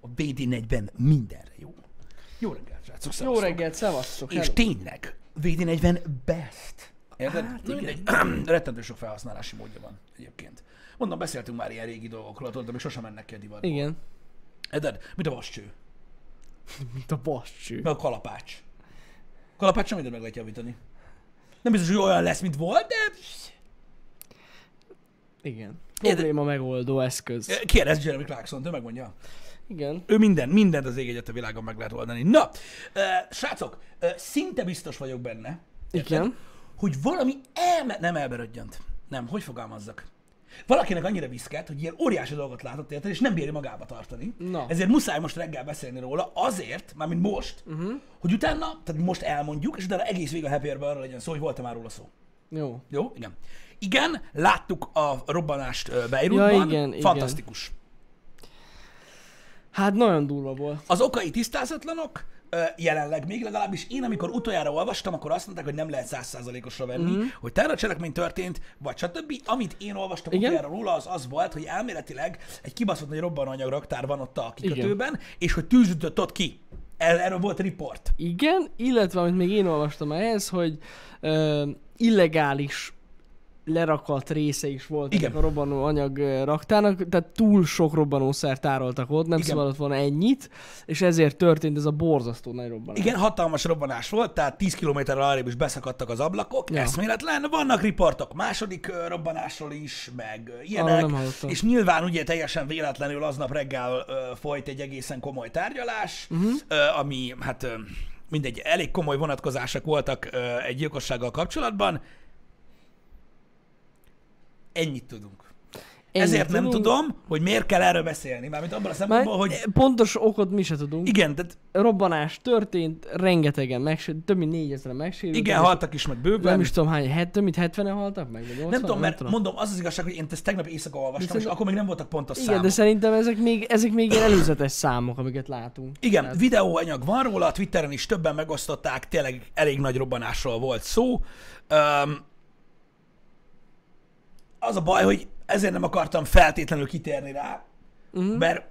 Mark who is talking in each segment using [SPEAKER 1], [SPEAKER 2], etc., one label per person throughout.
[SPEAKER 1] a BD40 mindenre jó. Jó reggelt, srácok,
[SPEAKER 2] Jó
[SPEAKER 1] szevasztok.
[SPEAKER 2] reggelt, szevasztok!
[SPEAKER 1] És
[SPEAKER 2] hello.
[SPEAKER 1] tényleg, VD40 best. Érted?
[SPEAKER 2] Hát
[SPEAKER 1] Hát,
[SPEAKER 2] igen.
[SPEAKER 1] mindegy. Rettentő sok felhasználási módja van egyébként. Mondom, beszéltünk már ilyen régi dolgokról, tudod, amik sosem mennek ki a divatba.
[SPEAKER 2] Igen.
[SPEAKER 1] Érted? Mint a vascső,
[SPEAKER 2] Mint a bascső.
[SPEAKER 1] meg a kalapács. Kalapács sem mindent meg lehet javítani. Nem biztos, hogy olyan lesz, mint volt, de
[SPEAKER 2] Igen.
[SPEAKER 1] Érted?
[SPEAKER 2] Probléma megoldó eszköz.
[SPEAKER 1] kérdezz Jeremy Clarkson, ő megmondja.
[SPEAKER 2] Igen.
[SPEAKER 1] Ő minden, mindent az ég egyet a világon meg lehet oldani. Na, ö, srácok, ö, szinte biztos vagyok benne,
[SPEAKER 2] Igen.
[SPEAKER 1] hogy valami elme... nem elberödjönt. Nem, hogy fogalmazzak? Valakinek annyira viszkett, hogy ilyen óriási dolgot látott érted, és nem bírja magába tartani.
[SPEAKER 2] Na.
[SPEAKER 1] Ezért muszáj most reggel beszélni róla, azért, mármint most,
[SPEAKER 2] Mhm.
[SPEAKER 1] uh-huh. hogy utána, tehát most elmondjuk, és utána egész végig a happy hour arra legyen szó, hogy volt-e már róla szó.
[SPEAKER 2] Jó.
[SPEAKER 1] Jó? Igen. Igen, láttuk a robbanást ö, Beirutban.
[SPEAKER 2] Ja, igen,
[SPEAKER 1] Fantasztikus. Igen.
[SPEAKER 2] Hát nagyon durva volt.
[SPEAKER 1] Az okai tisztázatlanok, ö, jelenleg még legalábbis én, amikor utoljára olvastam, akkor azt mondták, hogy nem lehet százszázalékosra venni, mm-hmm. hogy terrorcselekmény történt, vagy stb. Amit én olvastam
[SPEAKER 2] Igen?
[SPEAKER 1] utoljára róla, az az volt, hogy elméletileg egy kibaszott nagy robbanóanyag raktár van ott a kikötőben, Igen. és hogy tűzütött ott ki. El, erről volt riport.
[SPEAKER 2] Igen, illetve amit még én olvastam ehhez, hogy ö, illegális lerakat része is volt
[SPEAKER 1] Igen.
[SPEAKER 2] ennek a robbanó anyag ö, raktának, tehát túl sok robbanószer tároltak ott, nem
[SPEAKER 1] Igen.
[SPEAKER 2] szabadott volna ennyit, és ezért történt ez a borzasztó nagy robbanás.
[SPEAKER 1] Igen, hatalmas robbanás volt, tehát 10 kilométerrel arrébb is beszakadtak az ablakok,
[SPEAKER 2] Ja.
[SPEAKER 1] ja. eszméletlen. Vannak riportok második ö, robbanásról is, meg ö, ilyenek,
[SPEAKER 2] nem hallottam.
[SPEAKER 1] és nyilván ugye teljesen véletlenül aznap reggel ö, folyt egy egészen komoly tárgyalás,
[SPEAKER 2] Mhm.
[SPEAKER 1] uh-huh. ö, ami hát ö, mindegy, elég komoly vonatkozások voltak ö, egy gyilkossággal kapcsolatban. Ennyit tudunk.
[SPEAKER 2] Ennyit
[SPEAKER 1] Ezért nem
[SPEAKER 2] tudunk.
[SPEAKER 1] tudom, hogy miért kell erről beszélni, mármint abban a
[SPEAKER 2] Már e-
[SPEAKER 1] szempontból, hogy
[SPEAKER 2] Pontos okot mi se tudunk.
[SPEAKER 1] igen, tehát
[SPEAKER 2] robbanás történt, rengetegen megsérült, több mint 4000 megsérült.
[SPEAKER 1] igen, haltak is meg bőven.
[SPEAKER 2] Nem is tudom hány, het, több mint 70-en haltak meg, vagy 80
[SPEAKER 1] Nem tudom, mert mondom, az az igazság, hogy én ezt tegnap éjszaka olvastam, és
[SPEAKER 2] szerintem-
[SPEAKER 1] akkor még nem voltak pontos
[SPEAKER 2] Igen,
[SPEAKER 1] számok.
[SPEAKER 2] de szerintem ezek még, ezek még ilyen előzetes számok, amiket látunk.
[SPEAKER 1] Igen, videóanyag van róla, a Twitteren is többen megosztották, tényleg elég nagy robbanásról volt szó. Um, az a baj, hogy ezért nem akartam feltétlenül kitérni rá, uh-huh. mert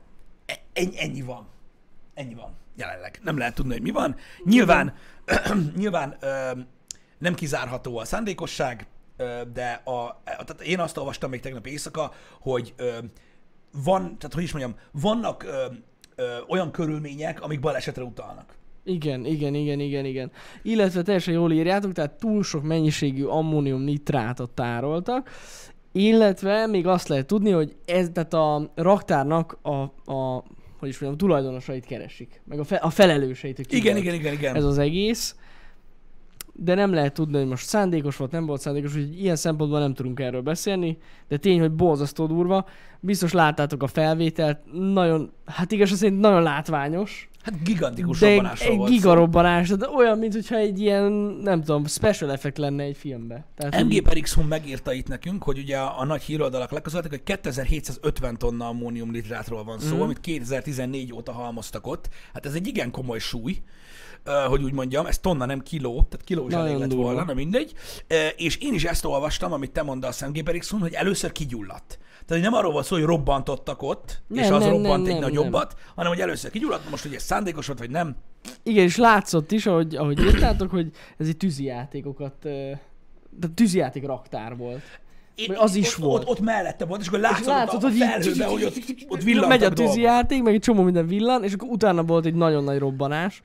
[SPEAKER 1] e- en- ennyi van. Ennyi van jelenleg. Nem lehet tudni, hogy mi van. Nyilván, nyilván öm, nem kizárható a szándékosság, ö, de a, a, tehát én azt olvastam még tegnap éjszaka, hogy öm, van, tehát hogy is mondjam, vannak öm, ö, olyan körülmények, amik balesetre utalnak.
[SPEAKER 2] Igen, igen, igen, igen, igen. Illetve teljesen jól írjátok, tehát túl sok mennyiségű ammónium nitrátot tároltak, illetve még azt lehet tudni, hogy ez, tehát a raktárnak a, a hogy is mondjam, tulajdonosait keresik, meg a, fe, a felelőseit. hogy ki
[SPEAKER 1] Igen,
[SPEAKER 2] volt.
[SPEAKER 1] igen, igen, igen.
[SPEAKER 2] ez az egész. De nem lehet tudni, hogy most szándékos volt, nem volt szándékos, úgyhogy ilyen szempontból nem tudunk erről beszélni. De tény, hogy borzasztó durva. Biztos láttátok a felvételt, nagyon, hát igaz szerint nagyon látványos.
[SPEAKER 1] Hát gigantikus
[SPEAKER 2] de egy,
[SPEAKER 1] robbanásról
[SPEAKER 2] egy
[SPEAKER 1] volt
[SPEAKER 2] gigarobbanás, tehát olyan, mintha egy ilyen, nem tudom, special effect lenne egy filmbe. Tehát,
[SPEAKER 1] MG
[SPEAKER 2] így-
[SPEAKER 1] per X-hun megírta itt nekünk, hogy ugye a, a nagy híroldalak leközöltek, hogy 2750 tonna ammónium nitrátról van
[SPEAKER 2] Mhm.
[SPEAKER 1] szó, mm. amit 2014 óta halmoztak ott. Hát ez egy igen komoly súly, ö, hogy úgy mondjam, ez tonna, nem kiló, tehát kiló is
[SPEAKER 2] Nagyon
[SPEAKER 1] elég lett
[SPEAKER 2] durva.
[SPEAKER 1] volna, na mindegy. Ö, És én is ezt olvastam, amit te mondasz MG per X-hun, hogy először kigyulladt. Tehát hogy nem arról volt szó, hogy robbantottak ott, nem, és
[SPEAKER 2] Nem,
[SPEAKER 1] az
[SPEAKER 2] nem,
[SPEAKER 1] nem, robbant
[SPEAKER 2] nem,
[SPEAKER 1] egy
[SPEAKER 2] nem,
[SPEAKER 1] nagyobbat, nem. hanem hogy először kigyulladt, most hogy ez szándékos volt, vagy nem,
[SPEAKER 2] Igen, és látszott is, ahogy, ahogy írtátok, hogy ez egy tűzijátékokat, ö, de tűzijáték raktár volt.
[SPEAKER 1] Én,
[SPEAKER 2] Vagy az is
[SPEAKER 1] ott,
[SPEAKER 2] volt.
[SPEAKER 1] Ott, ott mellette volt, és akkor látszott,
[SPEAKER 2] látod,
[SPEAKER 1] ott a
[SPEAKER 2] hogy így-
[SPEAKER 1] felhőbe, hogy ott, ott villantak
[SPEAKER 2] megy a
[SPEAKER 1] dolgok.
[SPEAKER 2] tűzijáték, meg egy csomó minden villan, és akkor utána volt egy nagyon nagy robbanás.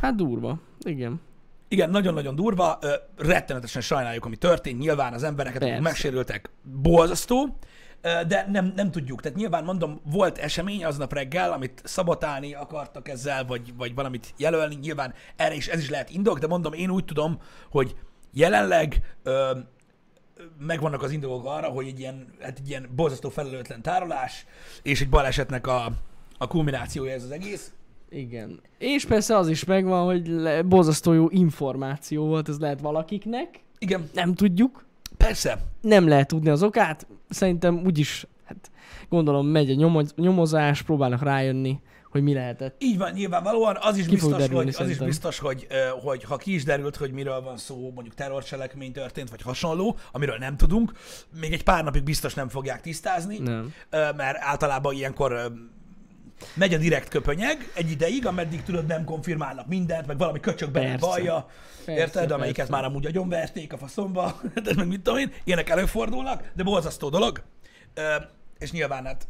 [SPEAKER 2] Hát durva. Igen.
[SPEAKER 1] Igen, nagyon-nagyon durva, ö, rettenetesen sajnáljuk, ami történt, nyilván az embereket, akik
[SPEAKER 2] Persze.
[SPEAKER 1] megsérültek, borzasztó, ö, de nem, nem tudjuk. Tehát nyilván mondom, volt esemény aznap reggel, amit szabotálni akartak ezzel, vagy, vagy valamit jelölni, nyilván erre is ez is lehet indok, de mondom, én úgy tudom, hogy jelenleg ö, megvannak az indokok arra, hogy egy ilyen, hát egy ilyen borzasztó felelőtlen tárolás, és egy balesetnek a, a kulminációja ez az egész.
[SPEAKER 2] Igen. És persze az is megvan, hogy le, borzasztó jó információ volt, ez lehet valakiknek.
[SPEAKER 1] Igen,
[SPEAKER 2] Nem tudjuk.
[SPEAKER 1] persze,
[SPEAKER 2] Nem lehet tudni az okát. Szerintem úgyis, hát gondolom megy a nyomoz, nyomozás, próbálnak rájönni, hogy mi lehetett.
[SPEAKER 1] Így van, nyilvánvalóan az is
[SPEAKER 2] Ki fog
[SPEAKER 1] biztos,
[SPEAKER 2] derülni,
[SPEAKER 1] hogy, az is
[SPEAKER 2] szerintem.
[SPEAKER 1] biztos hogy, ö, hogy ha ki is derült, hogy miről van szó, mondjuk terrorcselekmény történt, vagy hasonló, amiről nem tudunk, még egy pár napig biztos nem fogják tisztázni,
[SPEAKER 2] Nem.
[SPEAKER 1] ö, mert általában ilyenkor ö, Megy a direkt köpönyeg egy ideig, ameddig tudod, nem konfirmálnak mindent, meg valami köcsög bele
[SPEAKER 2] Persze.
[SPEAKER 1] vallja,
[SPEAKER 2] Persze,
[SPEAKER 1] érted, amelyiket
[SPEAKER 2] persze.
[SPEAKER 1] már amúgy agyonverték a faszomba, de meg mit tudom én, ilyenek előfordulnak, de borzasztó dolog. Ö, és nyilván hát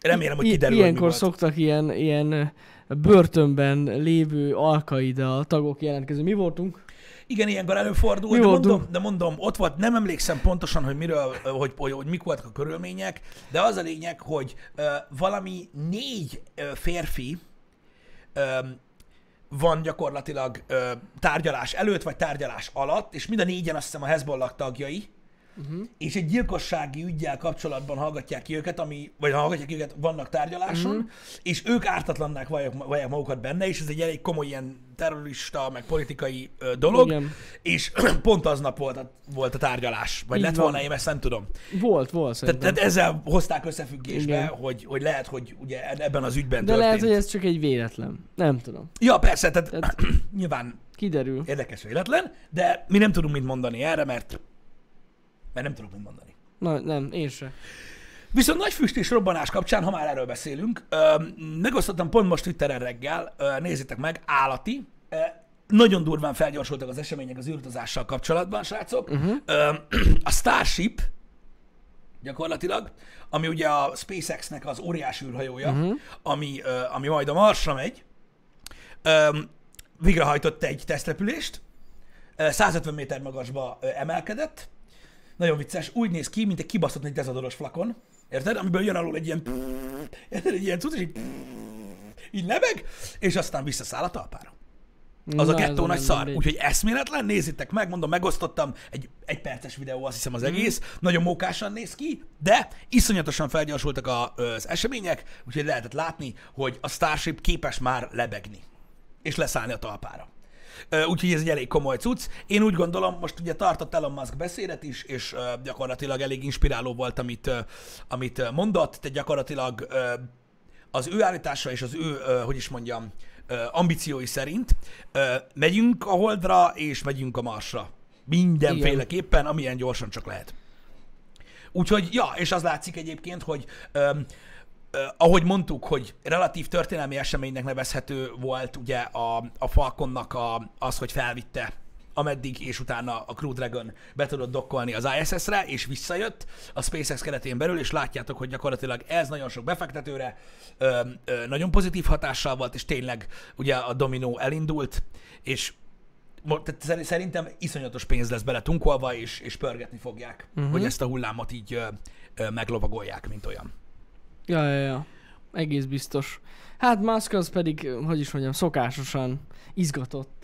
[SPEAKER 1] remélem, hogy
[SPEAKER 2] I-
[SPEAKER 1] kiderül, hogy mi
[SPEAKER 2] Ilyenkor
[SPEAKER 1] volt.
[SPEAKER 2] szoktak ilyen, ilyen börtönben lévő alkaida tagok jelentkezni. Mi voltunk?
[SPEAKER 1] Igen, ilyenkor előfordul,
[SPEAKER 2] Mi
[SPEAKER 1] de mondom,
[SPEAKER 2] voltunk?
[SPEAKER 1] de mondom, ott volt, nem emlékszem pontosan, hogy miről, ö, hogy, hogy, hogy mik voltak a körülmények, de az a lényeg, hogy ö, valami négy ö, férfi ö, van gyakorlatilag ö, tárgyalás előtt, vagy tárgyalás alatt, és mind a négyen azt hiszem a Hezbollah tagjai,
[SPEAKER 2] Mhm.
[SPEAKER 1] uh-huh. és egy gyilkossági ügyjel kapcsolatban hallgatják ki őket, ami, vagy hallgatják ki őket, vannak tárgyaláson,
[SPEAKER 2] Mhm.
[SPEAKER 1] uh-huh. és ők ártatlannak vallják, vallják magukat benne, és ez egy elég komoly ilyen terrorista, meg politikai ö, dolog,
[SPEAKER 2] Igen.
[SPEAKER 1] és pont aznap volt a, volt a tárgyalás, vagy
[SPEAKER 2] Így
[SPEAKER 1] lett
[SPEAKER 2] van.
[SPEAKER 1] volna, én ezt nem tudom.
[SPEAKER 2] Volt, volt
[SPEAKER 1] Tehát,
[SPEAKER 2] szerintem.
[SPEAKER 1] tehát ezzel hozták összefüggésbe,
[SPEAKER 2] Igen.
[SPEAKER 1] hogy, hogy lehet, hogy ugye ebben az ügyben
[SPEAKER 2] De
[SPEAKER 1] történt.
[SPEAKER 2] lehet, hogy ez csak egy véletlen. Nem tudom.
[SPEAKER 1] Ja, persze, tehát,
[SPEAKER 2] Tehát-
[SPEAKER 1] nyilván
[SPEAKER 2] Kiderül.
[SPEAKER 1] érdekes véletlen, de mi nem tudunk mit mondani erre, mert, mert nem tudunk mit mondani.
[SPEAKER 2] Na, nem, én se.
[SPEAKER 1] Viszont nagy füst és robbanás kapcsán, ha már erről beszélünk, ö, megosztottam pont most Twitteren reggel, ö, nézzétek meg, állati. Ö, nagyon durván felgyorsultak az események az űrutazással kapcsolatban, srácok. Uh-huh. Ö, a Starship gyakorlatilag, ami ugye a SpaceX-nek az óriás űrhajója, uh-huh. ami, ö, ami majd a Marsra megy, ö, végrehajtott egy tesztrepülést, ö, 150 méter magasba ö, emelkedett, nagyon vicces, úgy néz ki, mint egy kibaszott egy dezadoros flakon, érted? Amiből jön alul egy ilyen érted? Egy ilyen cucc, és így, így lebeg, és aztán visszaszáll a talpára. Az
[SPEAKER 2] Na,
[SPEAKER 1] a
[SPEAKER 2] ez
[SPEAKER 1] gettó nagy
[SPEAKER 2] nem
[SPEAKER 1] szar.
[SPEAKER 2] mindegy.
[SPEAKER 1] Úgyhogy eszméletlen, nézzétek meg, mondom, megosztottam, egy, egy perces videó, azt hiszem az
[SPEAKER 2] Mhm.
[SPEAKER 1] egész, nagyon mókásan néz ki, de iszonyatosan felgyorsultak a, az események, úgyhogy lehetett látni, hogy a Starship képes már lebegni, és leszállni a talpára. Ö, Úgyhogy ez egy elég komoly cucc. Én úgy gondolom, most ugye tartott Elon Musk beszédet is, és ö, gyakorlatilag elég inspiráló volt, amit, ö, amit ö, mondott, tehát gyakorlatilag ö, az ő állítása és az ő, ö, hogy is mondjam, ö, ambíciói szerint ö, megyünk a Holdra és megyünk a Marsra. Mindenféleképpen, amilyen gyorsan csak lehet. Úgyhogy, ja, és az látszik egyébként, hogy öm, ö, ahogy mondtuk, hogy relatív történelmi eseménynek nevezhető volt ugye a, a Falconnak a, az, hogy felvitte ameddig, és utána a Crew Dragon be tudott dokkolni az ISS-re, és visszajött a SpaceX keretén belül, és látjátok, hogy gyakorlatilag ez nagyon sok befektetőre ö, ö, nagyon pozitív hatással volt, és tényleg ugye a dominó elindult, és mo- tehát szer- szerintem iszonyatos pénz lesz bele tunkolva, és, és pörgetni fogják, uh-huh. hogy ezt a hullámot így ö, ö, meglovagolják, mint olyan.
[SPEAKER 2] Ja, ja, ja. Egész biztos. Hát Musk az pedig, hogy is mondjam, szokásosan izgatott.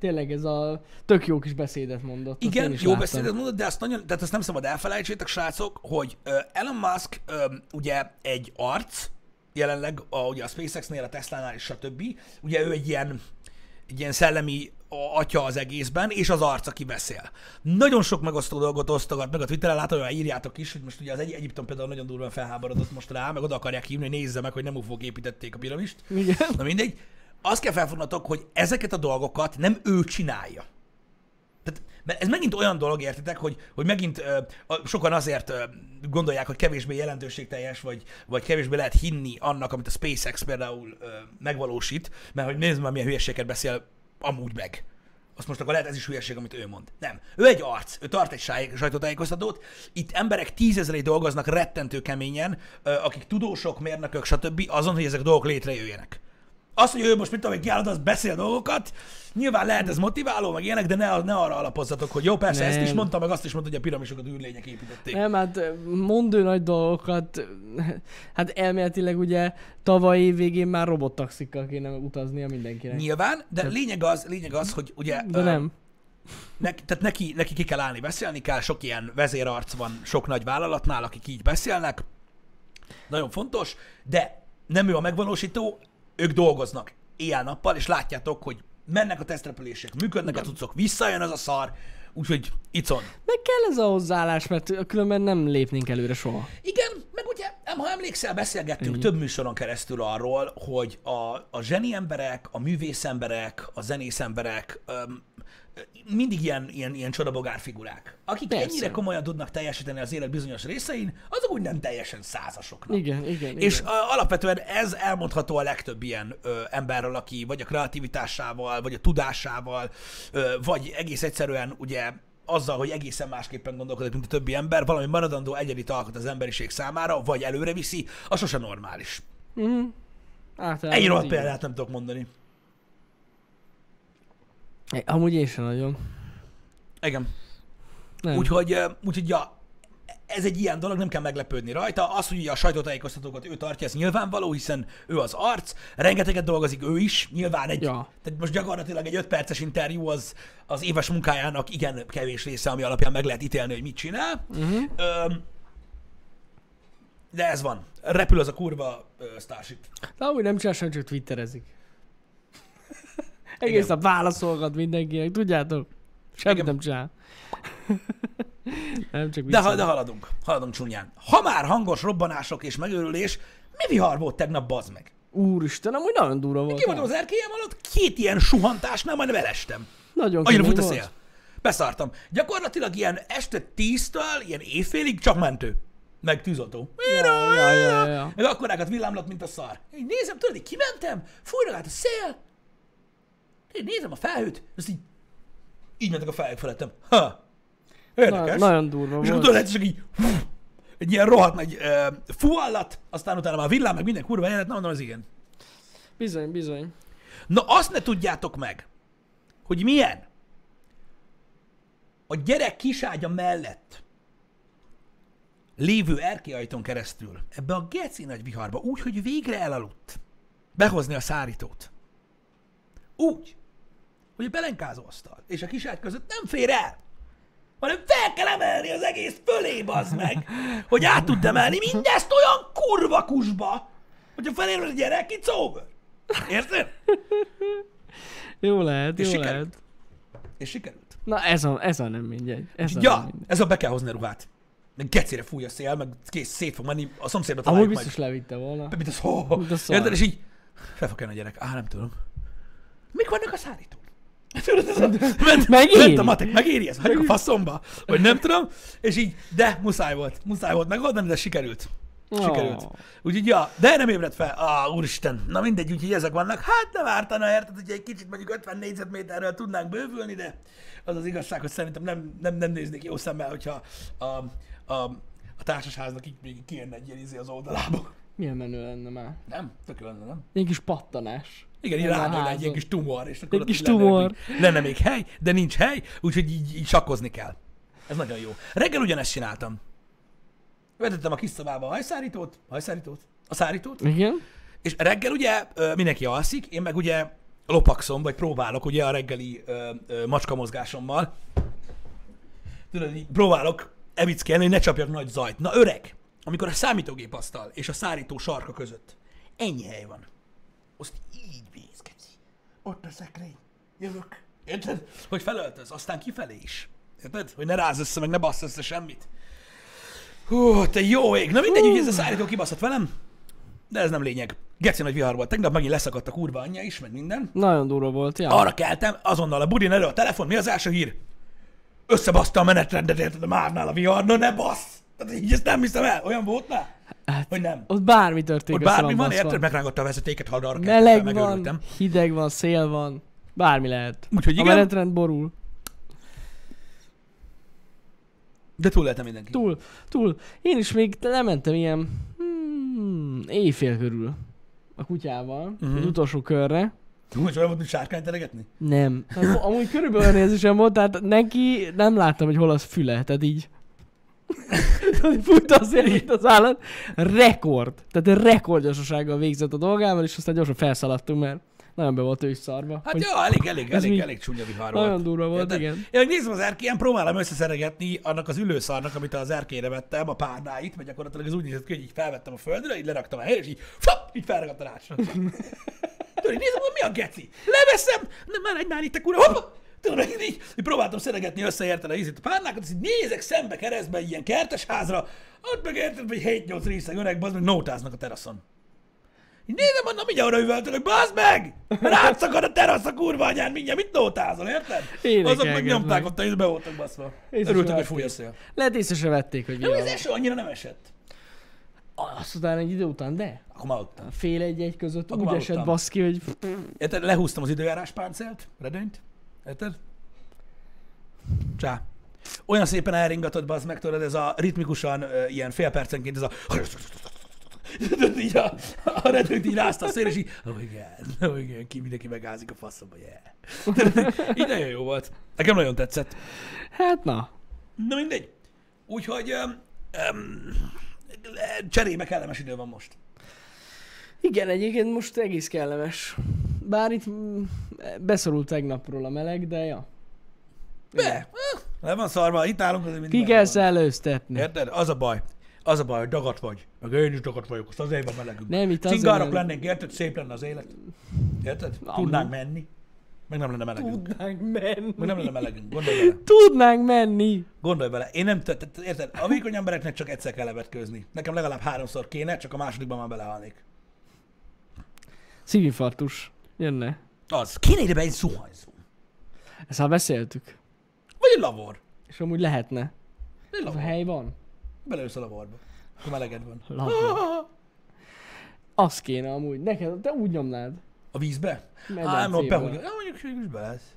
[SPEAKER 2] Tényleg ez a tök jó kis beszédet mondott. azt
[SPEAKER 1] Igen,
[SPEAKER 2] én is
[SPEAKER 1] jó
[SPEAKER 2] láttam.
[SPEAKER 1] beszédet mondod, de azt, nagyon, tehát azt nem szabad elfelejtsétek, srácok, hogy ö, Elon Musk ö, ugye egy arc, jelenleg a, ugye a SpaceX-nél, a Tesla-nál és stb. Ugye ő egy ilyen, egy ilyen szellemi a- atya az egészben, és az arc, aki beszél. Nagyon sok megosztó dolgot osztogat meg a Twitteren, látom, hogy már írjátok is, hogy most ugye az egy Egyiptom például nagyon durván felháborodott most rá, meg oda akarják hívni, hogy nézze meg, hogy nem ufók építették a piramist.
[SPEAKER 2] Igen.
[SPEAKER 1] Na mindegy. Azt kell felfognatok, hogy ezeket a dolgokat nem ő csinálja. Tehát, mert ez megint olyan dolog, értitek, hogy, hogy megint ö, a- sokan azért ö, gondolják, hogy kevésbé jelentőségteljes, vagy, vagy kevésbé lehet hinni annak, amit a SpaceX például ö, megvalósít, mert hogy nézd már, milyen hülyeséget beszél amúgy meg. Azt most akkor lehet ez is hülyeség, amit ő mond. Nem. Ő egy arc, ő tart egy sáj- sajtótájékoztatót, itt emberek tízezrei dolgoznak rettentő keményen, ö, akik tudósok, mérnökök, stb. azon, hogy ezek a dolgok létrejöjjenek. Azt, hogy ő most mit tudom, hogy kiállod, az beszél dolgokat, nyilván lehet ez motiváló, meg ilyenek, de ne, ne arra alapozzatok, hogy jó, persze, nem. ezt is
[SPEAKER 2] Nem.
[SPEAKER 1] mondta, meg azt is mondta, hogy a piramisokat űrlények építették. Nem.
[SPEAKER 2] Nem, hát mondő nagy dolgokat, hát elméletileg ugye tavaly év végén már robottaxikkal kéne utaznia mindenkinek.
[SPEAKER 1] Nyilván, de lényeg az, lényeg az, hogy ugye
[SPEAKER 2] De
[SPEAKER 1] ö,
[SPEAKER 2] nem.
[SPEAKER 1] Neki, tehát neki, neki ki kell állni beszélni kell, sok ilyen vezérarc van sok nagy vállalatnál, akik így beszélnek. Nagyon fontos, de nem ő a megvalósító, ők dolgoznak éjjel-nappal, és látjátok, hogy mennek a tesztrepülések, működnek a cuccok, visszajön az a szar, úgyhogy it's on.
[SPEAKER 2] Meg kell ez a hozzáállás, mert különben nem lépnénk előre soha.
[SPEAKER 1] Igen, meg ugye, em, ha emlékszel,
[SPEAKER 2] Mhm.
[SPEAKER 1] beszélgettünk több műsoron keresztül arról, hogy a, a zseni emberek, a művész emberek, a zenész emberek, öm, mindig ilyen, ilyen, ilyen csodabogár figurák. Akik
[SPEAKER 2] Persze.
[SPEAKER 1] Persze. ennyire komolyan tudnak teljesíteni az élet bizonyos részein, azok úgy nem teljesen százasoknak.
[SPEAKER 2] Igen, igen,
[SPEAKER 1] És
[SPEAKER 2] igen.
[SPEAKER 1] a- alapvetően ez elmondható a legtöbb ilyen ö, emberről, aki vagy a kreativitásával, vagy a tudásával, ö, vagy egész egyszerűen ugye azzal, hogy egészen másképpen gondolkodik, mint a többi ember, valami maradandó egyenit alkot az emberiség számára, vagy előre viszi, az sose normális.
[SPEAKER 2] Általában
[SPEAKER 1] Egy rohadt
[SPEAKER 2] így van.
[SPEAKER 1] példát nem tudok mondani.
[SPEAKER 2] É, Amúgy én sem nagyon.
[SPEAKER 1] Igen.
[SPEAKER 2] Nem.
[SPEAKER 1] Úgyhogy, ö, úgyhogy ja, ez egy ilyen dolog, nem kell meglepődni rajta. Az, hogy ugye a sajtótájékoztatókat ő tartja, ez nyilvánvaló, hiszen ő az arc, rengeteget dolgozik ő is, nyilván egy,
[SPEAKER 2] Ja.
[SPEAKER 1] tehát most gyakorlatilag egy 5 perces interjú az az éves munkájának igen kevés része, ami alapján meg lehet ítélni, hogy mit csinál. Uh-huh. Öm, de ez van. Repül az a kurva ö, Starship.
[SPEAKER 2] De amúgy nem csinál semmit, csak twitterezik. Egész nap válaszolgat mindenkinek, tudjátok? Semmit
[SPEAKER 1] Igen.
[SPEAKER 2] nem csinál. nem
[SPEAKER 1] De,
[SPEAKER 2] csak viccelek.
[SPEAKER 1] ha, de haladunk, haladunk csúnyán. Ha már hangos robbanások és megőrülés, mi vihar volt tegnap, bazd meg?
[SPEAKER 2] Úristen, amúgy nagyon durva volt.
[SPEAKER 1] Ki voltam az erkélyem alatt, két ilyen suhantásnál majdnem elestem.
[SPEAKER 2] Nagyon
[SPEAKER 1] Annyira
[SPEAKER 2] kemény
[SPEAKER 1] fut a
[SPEAKER 2] volt.
[SPEAKER 1] szél. Beszartam. Gyakorlatilag ilyen este 10-től, ilyen éjfélig csak mentő. Meg tűzoltó.
[SPEAKER 2] Ja, ja, ja, ja, ja.
[SPEAKER 1] Meg akkorákat villámlott, mint a szar. Így nézem, tudod, így kimentem, fújra át a szél. Így nézem a felhőt, ezt így, így mentek a felhők felettem. Ha,
[SPEAKER 2] Na,
[SPEAKER 1] érdekes.
[SPEAKER 2] nagyon
[SPEAKER 1] És
[SPEAKER 2] durva
[SPEAKER 1] akkor
[SPEAKER 2] volt.
[SPEAKER 1] tudod, egyszer csak így, egy ilyen rohadt nagy ö, fuallat, aztán utána már villám, meg minden kurva élet, na mondom, az igen.
[SPEAKER 2] Bizony, bizony.
[SPEAKER 1] Na azt ne tudjátok meg, hogy milyen a gyerek kiságya mellett lévő erkéajtón keresztül ebbe a geci nagy viharba, úgy, hogy végre elaludt, behozni a szárítót. Úgy, hogy a belenkázó asztal és a kiságy között nem fér el, hanem fel kell emelni az egész fölé, bazd meg, hogy át tud emelni mindezt olyan kurva kusba, hogyha felérül a gyerek, it's over. Érted?
[SPEAKER 2] Jó lehet, jó
[SPEAKER 1] És
[SPEAKER 2] sikerült.
[SPEAKER 1] sikerült.
[SPEAKER 2] lehet.
[SPEAKER 1] És sikerült.
[SPEAKER 2] Na ez a, ez a nem mindegy. Ez a nem
[SPEAKER 1] Ja,
[SPEAKER 2] mindegy.
[SPEAKER 1] ez a be kell hozni a ruhát. Meg gecére fúj a szél, meg kész, szét fog menni, a szomszédba
[SPEAKER 2] Amúgy
[SPEAKER 1] találjuk
[SPEAKER 2] biztos levitte volna.
[SPEAKER 1] majd. Mint az, ho, ho.
[SPEAKER 2] Szóval. Mint a szar.
[SPEAKER 1] Érted, és így fel fog jönni a gyerek. Á, nem tudom. Mik vannak a szállítón? Tudod, ez a- ment-
[SPEAKER 2] Megéri?
[SPEAKER 1] ment a matek, megéri ez, hagyjuk a faszomba, vagy nem tudom, és így, de muszáj volt, muszáj volt megoldani, de sikerült. Sikerült.
[SPEAKER 2] Ó.
[SPEAKER 1] Úgyhogy, ja, de nem ébredt fel. Á, úristen. Na mindegy, úgyhogy ezek vannak. Hát nem ártana, érted, hogy egy kicsit mondjuk 50 négyzetméterről tudnánk bővülni, de az az igazság, hogy szerintem nem, nem, nem néznék jó szemmel, hogyha a, a, a társasháznak így még kijönne egy ilyen izé az oldalából.
[SPEAKER 2] Milyen menő lenne már.
[SPEAKER 1] Nem? Tök jó lenne, nem?
[SPEAKER 2] Egy kis pattanás.
[SPEAKER 1] Igen, így
[SPEAKER 2] Lenne a
[SPEAKER 1] ránő egy
[SPEAKER 2] házon.
[SPEAKER 1] ilyen kis tumor, és akkor
[SPEAKER 2] Egy
[SPEAKER 1] ott
[SPEAKER 2] kis
[SPEAKER 1] így lenne
[SPEAKER 2] tumor.
[SPEAKER 1] Még, lenne még hely, de nincs hely, úgyhogy így, így sakkozni kell. Ez nagyon jó. Reggel ugyanezt csináltam. Vetettem a kis szobába a hajszárítót, hajszárítót, a szárítót,
[SPEAKER 2] Igen?
[SPEAKER 1] és reggel ugye ö, mindenki alszik, én meg ugye lopakszom, vagy próbálok ugye a reggeli ö, ö, macska mozgásommal. Tudod, így próbálok evickelni, hogy ne csapjak nagy zajt. Na öreg, amikor a számítógép asztal és a szárító sarka között ennyi hely van, azt így vészkedsz. Ott a szekrény. Jövök. Érted? Hogy felöltöz, aztán kifelé is. Érted? Hogy ne ráz össze, meg ne bassz össze semmit. Hú, te jó ég. Na mindegy, hogy ez a szállító kibaszott velem. De ez nem lényeg. Geci nagy vihar volt. Tegnap megint leszakadt a kurva anyja is, meg minden.
[SPEAKER 2] Nagyon durva volt, ja.
[SPEAKER 1] Arra keltem, azonnal a budin elő a telefon, mi az első hír? Összebaszta a menetrendet, érted a márnál a vihar, na ne bassz! Tehát így ezt nem hiszem el, olyan volt már?
[SPEAKER 2] Hát,
[SPEAKER 1] Hogy nem.
[SPEAKER 2] Ott bármi történik.
[SPEAKER 1] Ott
[SPEAKER 2] össze
[SPEAKER 1] bármi van,
[SPEAKER 2] baszva.
[SPEAKER 1] érted? Megrángatta a vezetéket, ha arra keltem,
[SPEAKER 2] Meleg
[SPEAKER 1] megőrültem.
[SPEAKER 2] van, hideg van, szél van, bármi lehet.
[SPEAKER 1] Úgyhogy
[SPEAKER 2] A
[SPEAKER 1] igen.
[SPEAKER 2] menetrend borul.
[SPEAKER 1] De túl lehetem mindenki.
[SPEAKER 2] Túl, túl. Én is még lementem ilyen hmm, éjfél körül a kutyával, uh-huh.
[SPEAKER 1] Mhm.
[SPEAKER 2] az utolsó körre.
[SPEAKER 1] Túl, és olyan volt, hogy sárkányt teregetni?
[SPEAKER 2] Nem. Tehát, amúgy körülbelül olyan érzésem volt, tehát neki nem láttam, hogy hol az füle, tehát így. Fújt azért, mint az állat. Rekord. Tehát rekordgyorsasággal végzett a dolgával, és aztán gyorsan felszaladtunk, mert nagyon be volt ő is szarva.
[SPEAKER 1] Hát
[SPEAKER 2] hogy
[SPEAKER 1] jó, elég, elég,
[SPEAKER 2] Ez
[SPEAKER 1] elég,
[SPEAKER 2] mi?
[SPEAKER 1] elég csúnya vihar volt.
[SPEAKER 2] nagyon durva volt,
[SPEAKER 1] Érted?
[SPEAKER 2] igen.
[SPEAKER 1] Én meg nézem az erkélyen, próbálom összeszeregetni annak az ülőszarnak, amit az erkére vettem, a párnáit, vagy gyakorlatilag ez úgy nézett ki, hogy így felvettem a földre, így leraktam a helyre, és így, fap, így felragadt a rácsra. Tudod, így nézem, hogy mi a geci? Leveszem, nem már egy már itt a kura, hoppa! Tudod, így, így, így próbáltam szeregetni összeérted a ízét a párnákat, és így nézek szembe keresztbe egy ilyen kertes házra, ott meg érted, hogy 7-8 részeg öreg, bazd meg nótáznak a teraszon. Így nézem, mondom, mindjárt arra üvöltök, hogy bazd meg! Rád szakad a terasz a kurva anyán, mindjárt mit nótázol, érted?
[SPEAKER 2] Énekelget
[SPEAKER 1] Azok meg nyomták
[SPEAKER 2] meg.
[SPEAKER 1] ott, és be voltak baszva.
[SPEAKER 2] Jézus
[SPEAKER 1] Örültek, hogy
[SPEAKER 2] Máté.
[SPEAKER 1] fúj a szél.
[SPEAKER 2] Lehet észre se vették, hogy mi
[SPEAKER 1] Nem, az
[SPEAKER 2] a...
[SPEAKER 1] eső annyira nem esett.
[SPEAKER 2] Azt utána egy idő után, de
[SPEAKER 1] Akkor már aludtam.
[SPEAKER 2] fél egy-egy között
[SPEAKER 1] Akkor
[SPEAKER 2] úgy
[SPEAKER 1] már
[SPEAKER 2] esett
[SPEAKER 1] aludtam.
[SPEAKER 2] baszki, hogy
[SPEAKER 1] Érted? Lehúztam az időjárás páncélt, redőnyt. Érted? Csá. Olyan szépen elringatott, bazd meg, tudod, ez a ritmikusan ö, ilyen fél percenként ez a... Tudod, így a, a redőnyt így rázta a szél, és így, oh igen, oh igen, ki mindenki megázik a faszomba, yeah. Tudod, így nagyon jó volt. Nekem nagyon tetszett.
[SPEAKER 2] hát na.
[SPEAKER 1] Na mindegy. Úgyhogy öm, öm, cserébe kellemes idő van most.
[SPEAKER 2] Igen, egyébként most egész kellemes. Bár itt mm, beszorult tegnapról a meleg, de ja.
[SPEAKER 1] Be, eh, le van szarva, itt állunk azért mindig.
[SPEAKER 2] Ki
[SPEAKER 1] benne
[SPEAKER 2] kell
[SPEAKER 1] van.
[SPEAKER 2] szellőztetni.
[SPEAKER 1] Érted? Az a baj. Az a baj, hogy dagat vagy. Meg én is dagat vagyok, azt azért van melegünk.
[SPEAKER 2] Nem, itt azért
[SPEAKER 1] Cingárok
[SPEAKER 2] van-
[SPEAKER 1] lennénk, érted? Szép lenne az élet. Érted?
[SPEAKER 2] Amúgy.
[SPEAKER 1] Tudnánk menni. Meg nem lenne melegünk.
[SPEAKER 2] Tudnánk menni.
[SPEAKER 1] Meg nem lenne melegünk. Gondolj bele.
[SPEAKER 2] Tudnánk menni.
[SPEAKER 1] Gondolj bele. Én nem te- te- te- érted? A vékony embereknek csak egyszer kell levet közni. Nekem legalább háromszor kéne, csak a másodikban már belehalnék.
[SPEAKER 2] Szívinfarktus. Jönne.
[SPEAKER 1] Az. Kéne ide be egy zuhanyzó.
[SPEAKER 2] Ezt már beszéltük.
[SPEAKER 1] Vagy egy lavor.
[SPEAKER 2] És amúgy lehetne.
[SPEAKER 1] Egy
[SPEAKER 2] Az a
[SPEAKER 1] lavor.
[SPEAKER 2] hely van.
[SPEAKER 1] Beleülsz a lavorba. Akkor meleged van.
[SPEAKER 2] Lavor. Az kéne amúgy. Neked, te úgy nyomnád.
[SPEAKER 1] A vízbe?
[SPEAKER 2] Medencébe.
[SPEAKER 1] Á, nem, mondom, behúgy. Nem mondjuk, hogy is be lesz.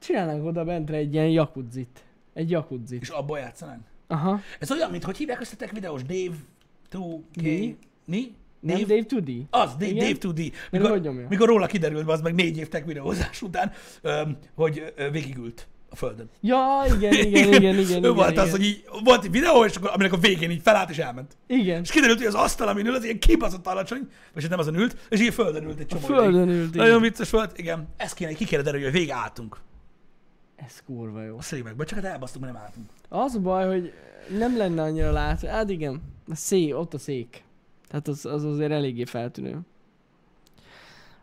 [SPEAKER 2] Csinálnánk oda bentre egy ilyen jakuzzit. Egy jakuzzit.
[SPEAKER 1] És abból játszanánk?
[SPEAKER 2] Aha.
[SPEAKER 1] Ez olyan, mint hogy hívják összetek videós Dave 2K.
[SPEAKER 2] Mi?
[SPEAKER 1] Mi?
[SPEAKER 2] Nem
[SPEAKER 1] Dave?
[SPEAKER 2] Dave Tudi?
[SPEAKER 1] Az, Dave,
[SPEAKER 2] Igen?
[SPEAKER 1] Dave 2D.
[SPEAKER 2] hogy nyomja?
[SPEAKER 1] mikor róla kiderült, az meg négy év tech videózás után, öm, hogy ö, végigült a földön.
[SPEAKER 2] Ja, igen, igen, igen, igen.
[SPEAKER 1] Ő
[SPEAKER 2] igen,
[SPEAKER 1] volt
[SPEAKER 2] igen.
[SPEAKER 1] az, hogy így, volt egy videó, és akkor, aminek a végén így felállt és elment.
[SPEAKER 2] Igen.
[SPEAKER 1] És kiderült, hogy az asztal, amin ül, az ilyen kibaszott alacsony, vagy hát nem azon ült, és így földön ült egy csomó ideig.
[SPEAKER 2] földön ült, igen.
[SPEAKER 1] Nagyon vicces volt, igen. Ezt kéne, ki kéne derülni, hogy végig álltunk.
[SPEAKER 2] Ez kurva jó.
[SPEAKER 1] A szívekbe, csak hát elbasztunk, mert nem álltunk.
[SPEAKER 2] Az a baj, hogy nem lenne annyira látva. Hát igen, a szék, ott a szék. Tehát az, az azért eléggé feltűnő.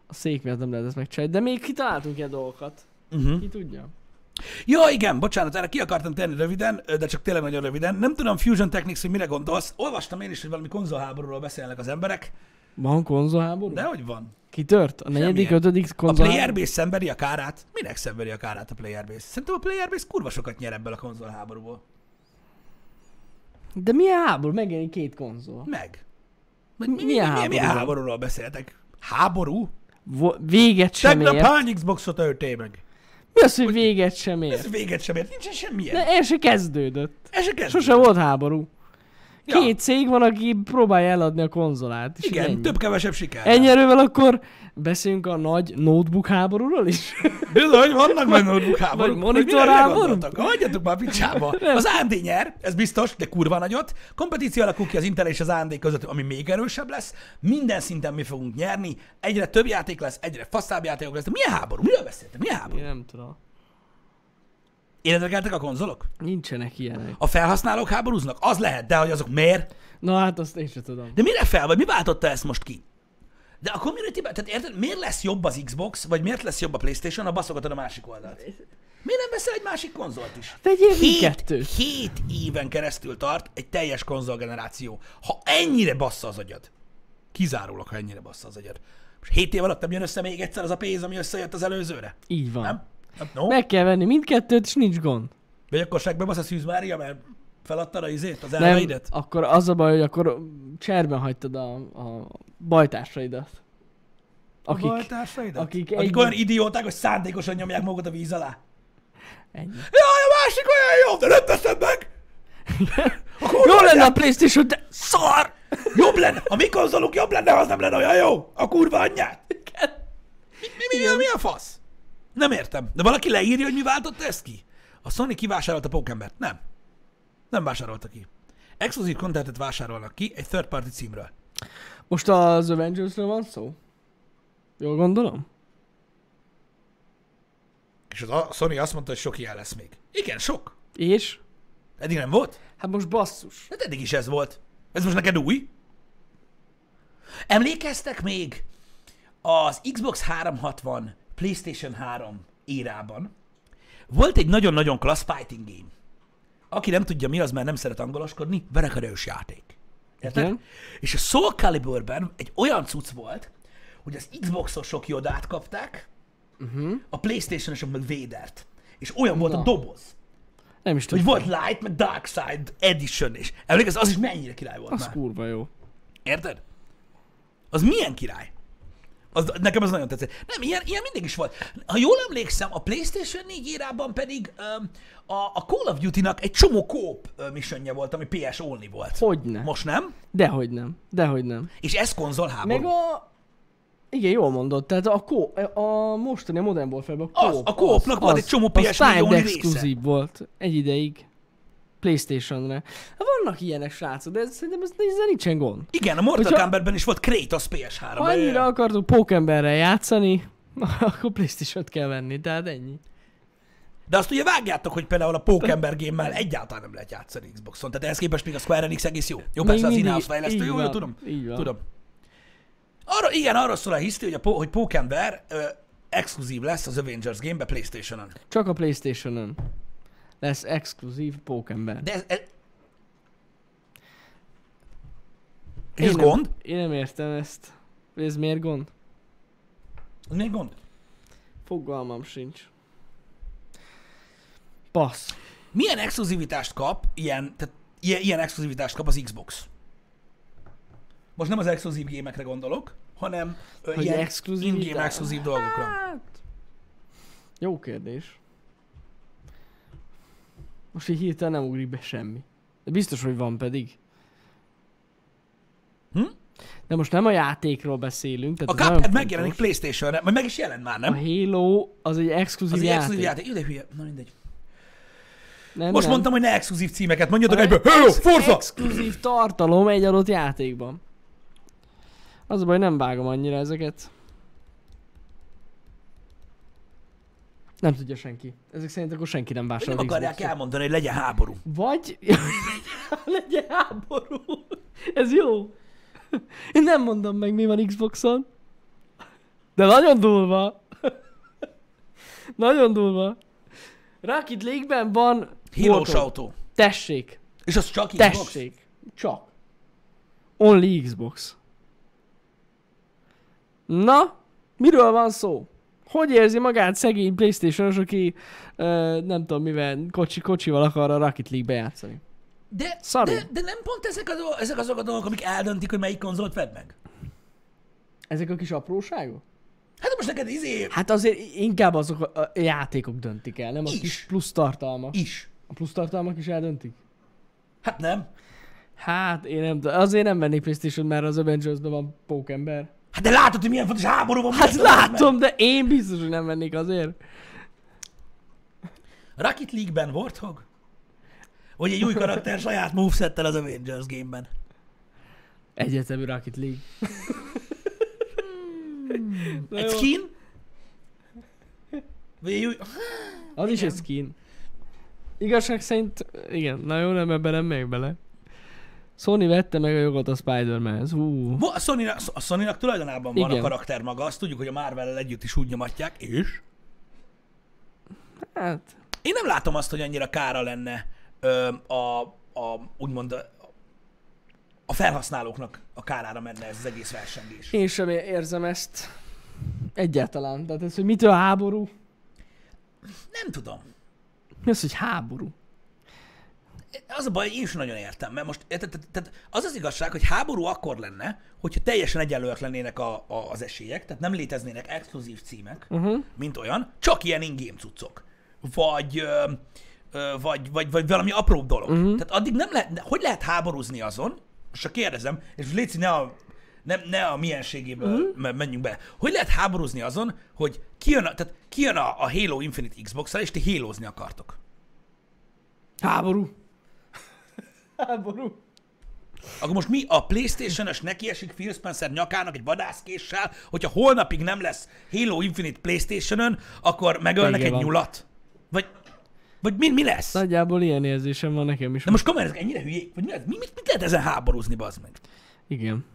[SPEAKER 2] A szék miatt nem lehet ezt megcsinálni, de még kitaláltunk ilyen dolgokat.
[SPEAKER 1] Uh-huh.
[SPEAKER 2] Ki tudja?
[SPEAKER 1] Ja, igen, bocsánat, erre ki akartam tenni röviden, de csak tényleg nagyon röviden. Nem tudom, Fusion Technics, hogy mire gondolsz. Olvastam én is, hogy valami konzolháborúról beszélnek az emberek,
[SPEAKER 2] Van konzolháború?
[SPEAKER 1] de
[SPEAKER 2] De...
[SPEAKER 1] hogy van.
[SPEAKER 2] Kitört? A negyedik,
[SPEAKER 1] Semmilyen.
[SPEAKER 2] ötödik
[SPEAKER 1] A
[SPEAKER 2] konzolháború?
[SPEAKER 1] Playerbase szenvedi a kárát? Minek szenvedi a kárát a Playerbase? Szerintem a Playerbase kurva sokat nyer ebből a konzolháborúból.
[SPEAKER 2] De milyen háború? Megjelenik két konzol.
[SPEAKER 1] Meg. Vagy Mi, mi, mi,
[SPEAKER 2] Milyen
[SPEAKER 1] mi, mi
[SPEAKER 2] háború van?
[SPEAKER 1] háborúról beszéltek? Háború?
[SPEAKER 2] Vo- véget sem
[SPEAKER 1] Tegnap
[SPEAKER 2] ér.
[SPEAKER 1] hány Xboxot öltél meg?
[SPEAKER 2] Mi az, hogy véget sem ér?
[SPEAKER 1] Ez véget sem ért, nincsen semmilyen.
[SPEAKER 2] De el se kezdődött.
[SPEAKER 1] Ez se kezdődik.
[SPEAKER 2] Sose volt háború.
[SPEAKER 1] Ja.
[SPEAKER 2] Két cég van, aki próbálja eladni a konzolát. És
[SPEAKER 1] Igen,
[SPEAKER 2] ennyi.
[SPEAKER 1] több-kevesebb siker.
[SPEAKER 2] Ennyi erővel akkor beszéljünk a nagy notebook háborúról is?
[SPEAKER 1] Bizony, vannak majd notebook háborúk.
[SPEAKER 2] Vagy monitor
[SPEAKER 1] Hogy mire
[SPEAKER 2] háború?
[SPEAKER 1] gondoltak? Hagyjatok már picsába. Az AMD nyer, ez biztos, de kurva nagyot. Kompetíció alakul ki az Intel és az AMD között, ami még erősebb lesz. Minden szinten mi fogunk nyerni. Egyre több játék lesz, egyre faszább játékok lesz. De milyen háború? Miről beszéltem? Milyen háború?
[SPEAKER 2] Én nem tudom.
[SPEAKER 1] Életrekeltek a konzolok?
[SPEAKER 2] Nincsenek ilyenek.
[SPEAKER 1] A felhasználók háborúznak? Az lehet, de hogy azok miért?
[SPEAKER 2] Na hát azt én sem tudom.
[SPEAKER 1] De mire fel, vagy mi váltotta ezt most ki? De a community tehát érted, miért lesz jobb az Xbox, vagy miért lesz jobb a Playstation, a baszogatod a másik oldalt? Miért nem veszel egy másik konzolt is?
[SPEAKER 2] Vegyél mi
[SPEAKER 1] Hét,
[SPEAKER 2] kettőt.
[SPEAKER 1] hét éven keresztül tart egy teljes konzolgeneráció. Ha ennyire bassza az agyad, kizárólag, ha ennyire bassza az agyad. És hét év alatt nem jön össze még egyszer az a pénz, ami összejött az előzőre?
[SPEAKER 2] Így van.
[SPEAKER 1] Nem? nem no?
[SPEAKER 2] Meg kell venni mindkettőt, és nincs gond.
[SPEAKER 1] Vagy akkor segbe basz a Szűz Mária, mert feladtad a izét, az
[SPEAKER 2] Nem,
[SPEAKER 1] elveidet?
[SPEAKER 2] akkor az a baj, hogy akkor cserben hagytad a, a bajtársaidat. Akik.
[SPEAKER 1] a bajtársaidat?
[SPEAKER 2] akik
[SPEAKER 1] akik
[SPEAKER 2] egy-
[SPEAKER 1] olyan idióták, hogy szándékosan nyomják magukat a víz alá.
[SPEAKER 2] Ennyi.
[SPEAKER 1] Jaj, a másik olyan jó, de nem teszem meg! A kurva
[SPEAKER 2] Jó lenne
[SPEAKER 1] anyád
[SPEAKER 2] a Playstation, de...
[SPEAKER 1] Szar! Jobb lenne! A mi konzolunk jobb lenne, ha az nem lenne olyan jó! A kurva anyját! Mi, mi, mi, mi a fasz? Nem értem. De valaki leírja, hogy mi váltotta ezt ki? A Sony kivásárolta Pokémon-t? Nem. Nem vásárolta ki. Exkluzív kontentet vásárolnak ki egy third party címről.
[SPEAKER 2] Most az Avengers-ről van szó? Jól gondolom?
[SPEAKER 1] És az a Sony azt mondta, hogy sok ilyen lesz még. Igen, sok.
[SPEAKER 2] És?
[SPEAKER 1] Eddig nem volt?
[SPEAKER 2] Hát most basszus.
[SPEAKER 1] Hát eddig is ez volt. Ez most neked új? Emlékeztek még az Xbox 360, PlayStation 3 érában? Volt egy nagyon-nagyon klassz fighting game. Aki nem tudja mi az, mert nem szeret angoloskodni, verekedős játék. Érted?
[SPEAKER 2] Igen.
[SPEAKER 1] És a Soul Caliburben egy olyan cucc volt, hogy az Xboxosok Jodát kapták, uh-huh. a Playstation-osok meg Védert. És olyan volt
[SPEAKER 2] Mhm. Na.
[SPEAKER 1] a doboz,
[SPEAKER 2] Nem is
[SPEAKER 1] hogy
[SPEAKER 2] tudom.
[SPEAKER 1] volt Light, meg Dark Side Edition is. Emlékezz, az is mennyire király volt
[SPEAKER 2] Az
[SPEAKER 1] már.
[SPEAKER 2] kurva jó.
[SPEAKER 1] Érted? Az milyen király? Az, nekem az nagyon tetszett. Nem, ilyen, ilyen mindig is volt. Ha jól emlékszem, a PlayStation 4 érában pedig öm, a, a Call of Duty-nak egy csomó kóp missionje volt, ami PS Only volt.
[SPEAKER 2] Hogyne.
[SPEAKER 1] Most nem?
[SPEAKER 2] Dehogy nem. Dehogy nem.
[SPEAKER 1] És ez konzol háború.
[SPEAKER 2] Meg a... Igen, jól mondod, tehát a, kó, a mostani a Modern Warfare-ben a
[SPEAKER 1] Az,
[SPEAKER 2] kóp,
[SPEAKER 1] a kópnak volt egy csomó PS4
[SPEAKER 2] Az Time
[SPEAKER 1] only
[SPEAKER 2] exkluzív volt egy ideig. Playstation-re. Hát vannak ilyenek srácok, de ez, szerintem ez, ezzel nincsen gond.
[SPEAKER 1] Igen, a Mortal
[SPEAKER 2] Hogyha-
[SPEAKER 1] Kombatben is volt Kratos PS3.
[SPEAKER 2] Ha annyira akartuk Pókemberrel játszani, akkor Playstation-t kell venni, tehát ennyi.
[SPEAKER 1] De azt ugye vágjátok, hogy például a Pókember gémmel egyáltalán nem lehet játszani Xboxon. Tehát ehhez képest még a Square Enix egész jó. Jó,
[SPEAKER 2] Még
[SPEAKER 1] persze az
[SPEAKER 2] mindig-
[SPEAKER 1] in-house fejlesztő,
[SPEAKER 2] így
[SPEAKER 1] jó, jó,
[SPEAKER 2] van,
[SPEAKER 1] tudom.
[SPEAKER 2] így van.
[SPEAKER 1] Tudom. Arra, igen, arra szól a hiszti, hogy, a, po- hogy Pókember ö, exkluzív lesz az Avengers game-be Playstation-on.
[SPEAKER 2] Csak a Playstation-ön lesz exkluzív Pókember.
[SPEAKER 1] De ez... ez... És
[SPEAKER 2] Én
[SPEAKER 1] ez
[SPEAKER 2] nem-
[SPEAKER 1] gond?
[SPEAKER 2] Én nem értem ezt. Ez miért gond?
[SPEAKER 1] Ez még gond?
[SPEAKER 2] Fogalmam sincs. Passz.
[SPEAKER 1] Milyen exkluzivitást kap ilyen, tehát ilyen, ilyen exkluzivitást kap az Xbox? Most nem az exkluzív gémekre gondolok, hanem ö,
[SPEAKER 2] Hogy
[SPEAKER 1] ilyen
[SPEAKER 2] exkluzivitás?
[SPEAKER 1] in-game exkluzív dolgokra.
[SPEAKER 2] Hát... Jó kérdés. Most így hirtelen nem ugrik be semmi. De biztos, hogy van pedig.
[SPEAKER 1] Hm?
[SPEAKER 2] De most nem a játékról beszélünk. Tehát
[SPEAKER 1] A
[SPEAKER 2] ez nagyon
[SPEAKER 1] Cuphead
[SPEAKER 2] fontos.
[SPEAKER 1] megjelenik Playstation-re, majd meg is jelent már, nem?
[SPEAKER 2] A Halo az egy exkluzív
[SPEAKER 1] Az egy
[SPEAKER 2] játék.
[SPEAKER 1] exkluzív játék. Ide hülye. Na mindegy.
[SPEAKER 2] Nem,
[SPEAKER 1] Most
[SPEAKER 2] nem.
[SPEAKER 1] mondtam, hogy ne exkluzív címeket. Mondjatok
[SPEAKER 2] Hanem
[SPEAKER 1] egyből. Hello,
[SPEAKER 2] ex-
[SPEAKER 1] Forza!
[SPEAKER 2] Exkluzív tartalom egy adott játékban. Az a baj, nem vágom annyira ezeket. Nem tudja senki. Ezek szerint akkor senki nem
[SPEAKER 1] Hogy nem
[SPEAKER 2] vásárol
[SPEAKER 1] akarják
[SPEAKER 2] Xboxot.
[SPEAKER 1] elmondani, hogy legyen háború.
[SPEAKER 2] Vagy legyen háború. Ez jó. Én nem mondom meg, mi van Xboxon. De nagyon durva. Nagyon durva. Rocket League-ben van
[SPEAKER 1] Hírós
[SPEAKER 2] voltó.
[SPEAKER 1] autó.
[SPEAKER 2] Tessék.
[SPEAKER 1] És az csak Xbox?
[SPEAKER 2] Tessék. Csak. Only Xbox. Na, miről van szó? Hogy érzi magát szegény playstation aki ö, nem tudom mivel, kocsi, kocsival akar a Rocket League-be játszani?
[SPEAKER 1] De,
[SPEAKER 2] Szarú.
[SPEAKER 1] de, de nem pont ezek, a, dol- ezek azok a dolgok, amik eldöntik, hogy melyik konzolt vedd meg.
[SPEAKER 2] Ezek a kis apróságok?
[SPEAKER 1] Hát de most neked izé
[SPEAKER 2] Hát azért inkább azok a, a játékok döntik el, nem a
[SPEAKER 1] Is.
[SPEAKER 2] kis plusz tartalmak.
[SPEAKER 1] is.
[SPEAKER 2] A plusz tartalmak is eldöntik?
[SPEAKER 1] Hát nem.
[SPEAKER 2] Hát én nem tudom. Azért nem vennék playstation mert az Avengers-ben van pókember.
[SPEAKER 1] Hát de látod, hogy milyen fontos háború van.
[SPEAKER 2] Hát
[SPEAKER 1] most, az meg.
[SPEAKER 2] látom, de én biztos, hogy nem vennék azért.
[SPEAKER 1] Rocket League-ben Warthog? Vagy egy új karakter saját movesettel az Avengers game-ben?
[SPEAKER 2] Egyetemű Rocket League. Na
[SPEAKER 1] Egy
[SPEAKER 2] jó.
[SPEAKER 1] skin? Vagy egy új...
[SPEAKER 2] Az is egy skin. Igazság szerint, igen, na jó, nem ebben nem megyek bele. Sony vette meg a jogot a Spider-Man-hez. Hú.
[SPEAKER 1] Bo- A Sony-nak, a Sony-nak tulajdonában van a
[SPEAKER 2] Igen.
[SPEAKER 1] karakter maga, azt tudjuk, hogy a marvel együtt is úgy nyomatják, és
[SPEAKER 2] Hát,
[SPEAKER 1] én nem látom azt, hogy annyira kára lenne ö, a, a, úgymond a, a felhasználóknak a kárára menne ez az egész versengés.
[SPEAKER 2] én sem é- érzem ezt. Egyáltalán. Tehát ez, hogy mitől háború?
[SPEAKER 1] Nem tudom.
[SPEAKER 2] Mi az, hogy háború?
[SPEAKER 1] Az a baj, hogy én sem nagyon értem, mert most érted, tehát, tehát az az igazság, hogy háború akkor lenne, hogyha teljesen egyenlőek lennének a, a, az esélyek, tehát nem léteznének exkluzív címek,
[SPEAKER 2] Uh-huh.
[SPEAKER 1] mint olyan, csak ilyen ingame cuccok. Vagy, ö, ö, vagy, vagy, vagy valami apróbb dolog. Uh-huh. Tehát addig nem lehet, hogy lehet háborúzni azon, és csak kérdezem, és Léci ne a, nem, ne a mienségéből uh-huh. menjünk be. Hogy lehet háborúzni azon, hogy kijön a, tehát kijön a, a Halo Infinite Xbox-ra, és ti hélozni akartok.
[SPEAKER 2] Háború. háború.
[SPEAKER 1] Akkor most mi a Playstation-ös nekiesik Phil Spencer nyakának egy vadászkéssel, hogyha holnapig nem lesz Halo Infinite Playstation-ön, akkor megölnek
[SPEAKER 2] Vége
[SPEAKER 1] egy
[SPEAKER 2] van.
[SPEAKER 1] nyulat? Vagy, vagy mi, mi lesz?
[SPEAKER 2] Nagyjából ilyen érzésem van nekem is.
[SPEAKER 1] De most komolyan, ezek ennyire hülyék? Vagy mi, ez? mi, mit, mit lehet ezen háborúzni, bazd meg?
[SPEAKER 2] Igen.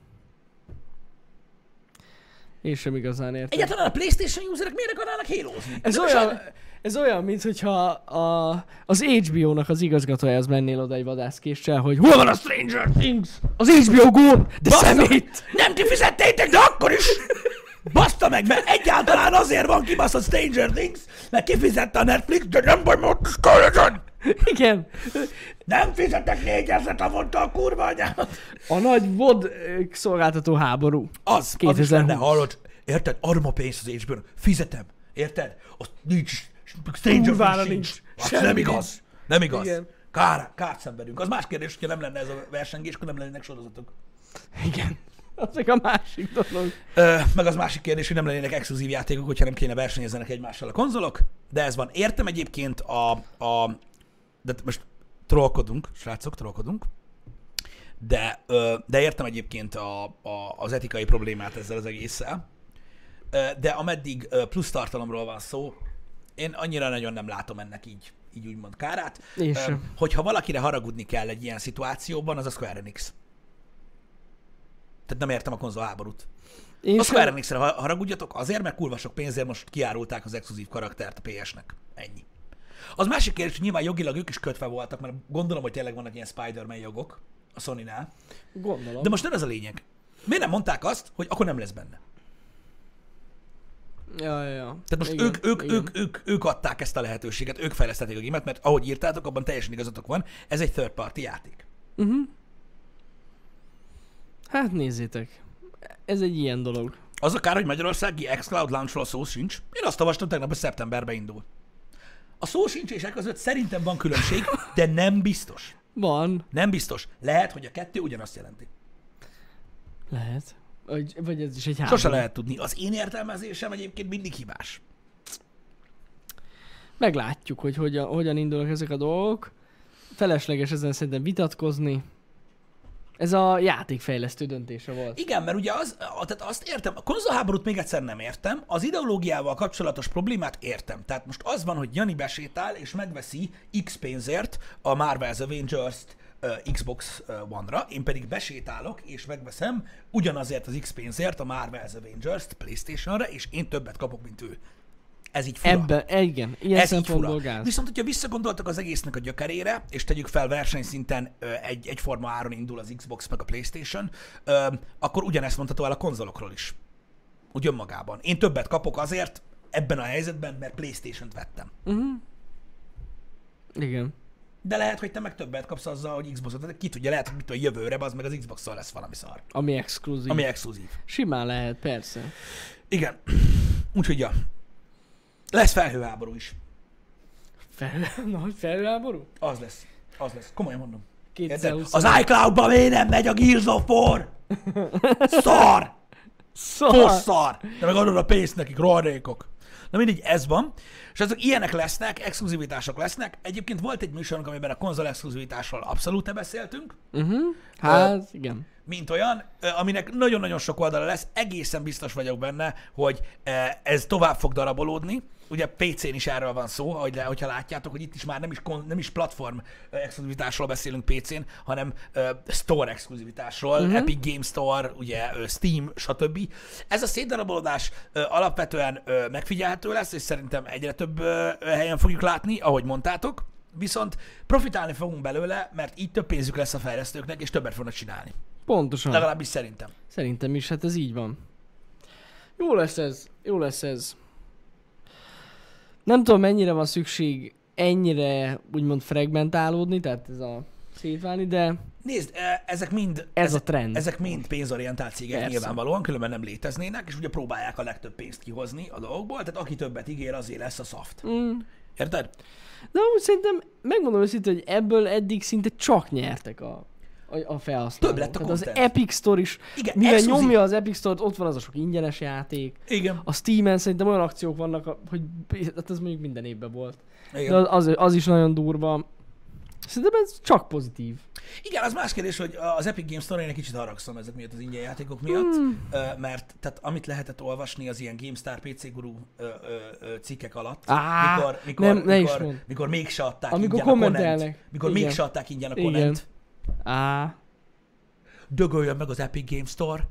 [SPEAKER 2] Én sem igazán értem.
[SPEAKER 1] Egyáltalán a PlayStation userek miért akarnának hélozni?
[SPEAKER 2] Ez
[SPEAKER 1] Nem
[SPEAKER 2] olyan,
[SPEAKER 1] sajnál-
[SPEAKER 2] ez olyan, mint hogyha a, az HBO-nak az igazgatójához mennél oda egy vadászkéssel, hogy hol van a Stranger Things? Az HBO go de
[SPEAKER 1] Bassza
[SPEAKER 2] szemét!
[SPEAKER 1] meg! Nem ti fizettétek, de akkor is! Baszta meg, mert egyáltalán azért van kibaszott Stranger Things, mert kifizette a Netflix, de nem baj, mert ott is kölcsön!
[SPEAKER 2] Igen.
[SPEAKER 1] Nem fizetek négy ezret havonta a kurva anyámat!
[SPEAKER 2] A nagy VOD ö, szolgáltató háború.
[SPEAKER 1] Az, az is
[SPEAKER 2] 2020.
[SPEAKER 1] lenne, hallod? Érted? Adom a pénzt az hbo -nak. Fizetem. Érted? Ott nincs. Stranger
[SPEAKER 2] Kurvára
[SPEAKER 1] Things nincs.
[SPEAKER 2] nincs.
[SPEAKER 1] Az
[SPEAKER 2] Semmi
[SPEAKER 1] nem igaz. Nem igaz.
[SPEAKER 2] Igen.
[SPEAKER 1] Kár, kárt szenvedünk. Az más kérdés, hogyha nem lenne ez a versengés, akkor nem lennének sorozatok.
[SPEAKER 2] Igen. Az meg a másik dolog.
[SPEAKER 1] Ö, meg az másik kérdés, hogy nem lennének exkluzív játékok, hogyha nem kéne versenyezzenek egymással a konzolok, de ez van. Értem egyébként a... a de most trollkodunk, srácok, trollkodunk, de, ö, de értem egyébként a, a, az etikai problémát ezzel az egésszel, Ö, de ameddig ö, plusz tartalomról van szó, én annyira nagyon nem látom ennek így, így úgymond kárát.
[SPEAKER 2] Én
[SPEAKER 1] Ö,
[SPEAKER 2] sem.
[SPEAKER 1] Hogyha valakire haragudni kell egy ilyen szituációban, az a Square Enix. Tehát nem értem a konzol háborút.
[SPEAKER 2] Én
[SPEAKER 1] A
[SPEAKER 2] sem-
[SPEAKER 1] Square Enix-re ha- haragudjatok azért, mert kurva sok pénzért most kiárulták az exkluzív karaktert a PS-nek. Ennyi. Az másik kérdés, hogy nyilván jogilag ők is kötve voltak, mert gondolom, hogy tényleg vannak ilyen Spider-Man jogok a Sony-nál.
[SPEAKER 2] Gondolom.
[SPEAKER 1] De most nem ez a lényeg. Miért nem mondták azt, hogy akkor nem lesz benne?
[SPEAKER 2] Ja, ja, ja.
[SPEAKER 1] Tehát most
[SPEAKER 2] Igen,
[SPEAKER 1] ők, ők,
[SPEAKER 2] igen.
[SPEAKER 1] ők, ők, ők, adták ezt a lehetőséget, ők fejlesztették a gémet, mert ahogy írtátok, abban teljesen igazatok van, ez egy third party játék.
[SPEAKER 2] Hát nézzétek. Ez egy ilyen dolog.
[SPEAKER 1] Az akár, hogy magyarországi xCloud launchról szó sincs. Én azt olvastam, tegnap, hogy szeptemberben indul. A szó sincs és e között szerintem van különbség, de nem biztos.
[SPEAKER 2] Van.
[SPEAKER 1] Nem biztos. Lehet, hogy a kettő ugyanazt jelenti.
[SPEAKER 2] Lehet. Vagy, vagy ez is egy háború.
[SPEAKER 1] Sose lehet tudni. Az én értelmezésem egyébként mindig hibás.
[SPEAKER 2] Meglátjuk, hogy hogyan, hogyan indulnak ezek a dolgok. Felesleges ezen szerintem vitatkozni. Ez a játékfejlesztő döntése volt.
[SPEAKER 1] Igen, mert ugye az, a- tehát azt értem, a konzolháborút még egyszer nem értem, az ideológiával kapcsolatos problémát értem. Tehát most az van, hogy Jani besétál és megveszi X pénzért a Marvel's Avengers-t ö, Xbox ö, One-ra, én pedig besétálok és megveszem ugyanazért az X pénzért a Marvel's Avengers-t PlayStation-ra, és én többet kapok, mint ő. Ez így fura.
[SPEAKER 2] Ebben, e, igen, ilyen
[SPEAKER 1] Ez így
[SPEAKER 2] szempontból
[SPEAKER 1] fura.
[SPEAKER 2] gáz.
[SPEAKER 1] Viszont, hogyha visszagondoltak az egésznek a gyökerére, és tegyük fel versenyszinten ö, egy, egyforma áron indul az Xbox meg a Playstation, ö, akkor ugyanezt mondható el a konzolokról is. Úgy önmagában. Én többet kapok azért ebben a helyzetben, mert Playstation-t vettem.
[SPEAKER 2] Igen.
[SPEAKER 1] De lehet, hogy te meg többet kapsz azzal, hogy Xboxot, tehát ki tudja, lehet, hogy mit a jövőre, az meg az Xbox-szal lesz valami szar,
[SPEAKER 2] Ami exkluzív.
[SPEAKER 1] ami
[SPEAKER 2] Ami...
[SPEAKER 1] exkluzív.
[SPEAKER 2] Simán lehet, persze.
[SPEAKER 1] Igen. Úgyhogy ja. Lesz felhőháború is.
[SPEAKER 2] Fel... Nagy felháború?
[SPEAKER 1] Az lesz. Az lesz. Komolyan mondom. Érted?
[SPEAKER 2] 2020.
[SPEAKER 1] Az iCloud-ban miért nem megy a Gears of War? Szar!
[SPEAKER 2] Szóval-
[SPEAKER 1] Fos szar! De meg adod a pénzt nekik, rohadékok. Na mindegy, ez van. És azok ilyenek lesznek, exkluzivitások lesznek. Egyébként volt egy műsorunk, amiben a konzol exkluzivitásról abszolút beszéltünk,
[SPEAKER 2] Uh-huh. Hát, igen.
[SPEAKER 1] mint olyan, ö, aminek nagyon-nagyon sok oldala lesz. Egészen biztos vagyok benne, hogy ö, ez tovább fog darabolódni. Ugye PC-n is erről van szó, ahogy le, hogyha látjátok, hogy itt is már nem is, kon, nem is platform ö, exkluzivitásról beszélünk PC-n, hanem ö, store exkluzivitásról, uh-huh. Epic Game Store, ugye ö, Steam, stb. Ez a szétdarabolódás ö, alapvetően ö, megfigyelhető lesz, és szerintem egyre több ö, ö, helyen fogjuk látni, ahogy mondtátok. Viszont profitálni fogunk belőle, mert így több pénzük lesz a fejlesztőknek, és többet fognak csinálni.
[SPEAKER 2] Pontosan.
[SPEAKER 1] Legalábbis szerintem.
[SPEAKER 2] Szerintem is, hát ez így van. Jó lesz ez, jó lesz ez. Nem tudom, mennyire van szükség ennyire úgymond fragmentálódni, tehát ez a szétválni, de
[SPEAKER 1] Nézd, e- ezek mind,
[SPEAKER 2] ez a trend. Ez
[SPEAKER 1] ezek mind pénzorientált cégek
[SPEAKER 2] Persze.
[SPEAKER 1] nyilvánvalóan, különben nem léteznének, és ugye próbálják a legtöbb pénzt kihozni a dolgokból, tehát aki többet ígér, azért lesz a szaft.
[SPEAKER 2] mm.
[SPEAKER 1] Érted?
[SPEAKER 2] De úgy szerintem, megmondom őszintén, hogy ebből eddig szinte csak nyertek a, a, a felhasználók.
[SPEAKER 1] Több lett a
[SPEAKER 2] tehát az
[SPEAKER 1] content.
[SPEAKER 2] Epic Store is,
[SPEAKER 1] Igen,
[SPEAKER 2] mivel
[SPEAKER 1] exkluzív.
[SPEAKER 2] nyomja az Epic Store-t, ott van az a sok ingyenes játék.
[SPEAKER 1] Igen.
[SPEAKER 2] A Steam-en szerintem olyan akciók vannak, a- hogy hát ez mondjuk minden évben volt.
[SPEAKER 1] Igen.
[SPEAKER 2] De az, az is nagyon durva. Szerintem ez csak pozitív.
[SPEAKER 1] Igen, az más kérdés, hogy az Epic Games Store-én egy kicsit haragszom ezek miatt az ingyen játékok miatt,
[SPEAKER 2] Mm.
[SPEAKER 1] ö, mert tehát amit lehetett olvasni az ilyen GameStar PC Guru ö, ö, ö, cikkek alatt,
[SPEAKER 2] Á,
[SPEAKER 1] mikor, mikor,
[SPEAKER 2] nem- ne is
[SPEAKER 1] mikor,
[SPEAKER 2] mondd.
[SPEAKER 1] mikor mégse adták
[SPEAKER 2] Amikor
[SPEAKER 1] ingyen a
[SPEAKER 2] kommentelnek.
[SPEAKER 1] Conent, mikor
[SPEAKER 2] Igen.
[SPEAKER 1] mégse adták ingyen a
[SPEAKER 2] Igen.
[SPEAKER 1] Conent,
[SPEAKER 2] Á,
[SPEAKER 1] dögöljön meg az Epic Games Store,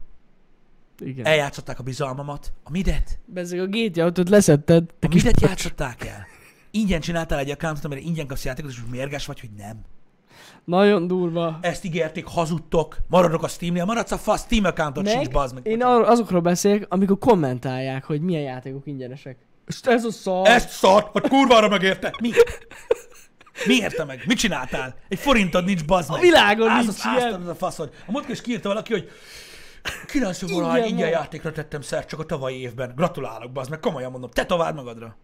[SPEAKER 2] Igen. Egy...
[SPEAKER 1] Eljátszották a bizalmamat. A midet?
[SPEAKER 2] Bezzeg a GTA 5 leszetted. Te
[SPEAKER 1] A
[SPEAKER 2] kis
[SPEAKER 1] midet
[SPEAKER 2] pöcs.
[SPEAKER 1] játszották el? Ingyen csináltál egy accountot, amire ingyen kapsz játékot, és most mérges vagy, hogy nem.
[SPEAKER 2] Nagyon durva.
[SPEAKER 1] Ezt ígérték, hazudtok, maradok a Steamnél, maradsz a fasz, Steam accountot sincs, bazd meg.
[SPEAKER 2] én ar- azokról beszélek, amikor kommentálják, hogy milyen játékok ingyenesek. És ez a szar.
[SPEAKER 1] Ezt szart, a kurvára megérte. Mi? Mi érte meg? Mit csináltál? Egy forintod nincs, bazd meg.
[SPEAKER 2] A világon
[SPEAKER 1] Ász-
[SPEAKER 2] nincs ilyen.
[SPEAKER 1] ásztanod a faszod. A múltkor is kiírta valaki, hogy 90 valahány
[SPEAKER 2] Ingyen
[SPEAKER 1] ingyen
[SPEAKER 2] van.
[SPEAKER 1] játékra tettem szert csak a tavalyi évben. Gratulálok, bazd meg, komolyan mondom. Te tovább magadra.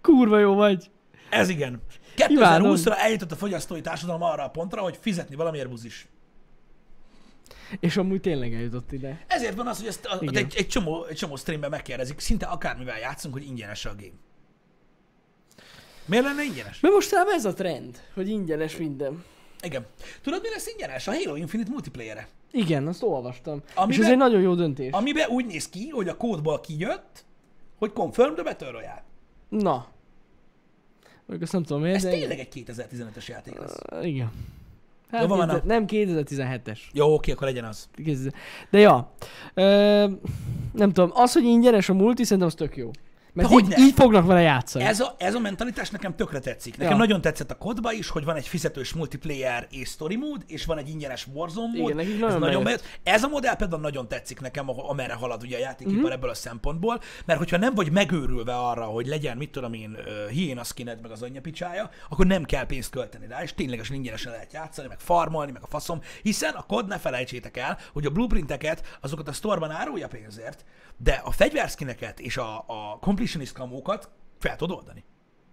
[SPEAKER 2] Kurva jó vagy.
[SPEAKER 1] Ez igen.
[SPEAKER 2] Imádom.
[SPEAKER 1] 2020-ra eljutott a fogyasztói társadalom arra a pontra, hogy fizetni valamiért buzis.
[SPEAKER 2] És amúgy tényleg eljutott ide.
[SPEAKER 1] Ezért van az, hogy ezt a,
[SPEAKER 2] Igen.
[SPEAKER 1] egy, egy, csomó, egy csomó streamben megkérdezik, szinte akármivel játszunk, hogy ingyenes a game. Miért lenne ingyenes?
[SPEAKER 2] Mert mostanában ez a trend, hogy ingyenes minden.
[SPEAKER 1] Igen. Tudod, mi lesz ingyenes? A Halo Infinite multiplayere.
[SPEAKER 2] Igen, azt olvastam.
[SPEAKER 1] Amiben-
[SPEAKER 2] Amiben... És ez egy nagyon jó döntés. Am...
[SPEAKER 1] Amiben úgy néz ki, hogy a kódból kijött, hogy Confirm the Battle Royale.
[SPEAKER 2] Na. Mondjuk azt nem tudom miért,
[SPEAKER 1] Ez
[SPEAKER 2] de
[SPEAKER 1] tényleg egy 2015-es játék lesz.
[SPEAKER 2] igen. igen.
[SPEAKER 1] Jó,
[SPEAKER 2] Hát
[SPEAKER 1] van már
[SPEAKER 2] kétez- nem 2017-es.
[SPEAKER 1] Jó, oké, akkor legyen az.
[SPEAKER 2] Kézzel. De ja, ö, nem tudom, az, hogy ingyenes a multi, szerintem az tök jó. Mert
[SPEAKER 1] De
[SPEAKER 2] így,
[SPEAKER 1] hogyne?
[SPEAKER 2] így fognak vele játszani. Ez...
[SPEAKER 1] Ez a, ez a mentalitás nekem tökre tetszik. Nekem ja.
[SPEAKER 2] Ja.
[SPEAKER 1] nagyon tetszett a kodba is, hogy van egy fizetős multiplayer és story mód, és van egy ingyenes Warzone
[SPEAKER 2] Igen,
[SPEAKER 1] mód.
[SPEAKER 2] nekik
[SPEAKER 1] Ez
[SPEAKER 2] nagyon
[SPEAKER 1] nagyon
[SPEAKER 2] bejött.
[SPEAKER 1] bejött. Ez a modell például nagyon tetszik nekem, aho- amerre halad ugye a játékipar
[SPEAKER 2] Mhm.
[SPEAKER 1] mm-hmm. ebből a szempontból, mert hogyha nem vagy megőrülve arra, hogy legyen, mit tudom én, ö, hiéna skined meg az anyja picsája, akkor nem kell pénzt költeni rá, és ténylegesen ingyenesen lehet játszani, meg farmolni, meg a faszom, hiszen a kod ne felejtsétek el, hogy a blueprinteket, azokat a sztorban árulja pénzért, de a fegyverskineket és a, a completionist kamókat fel tudod oldani.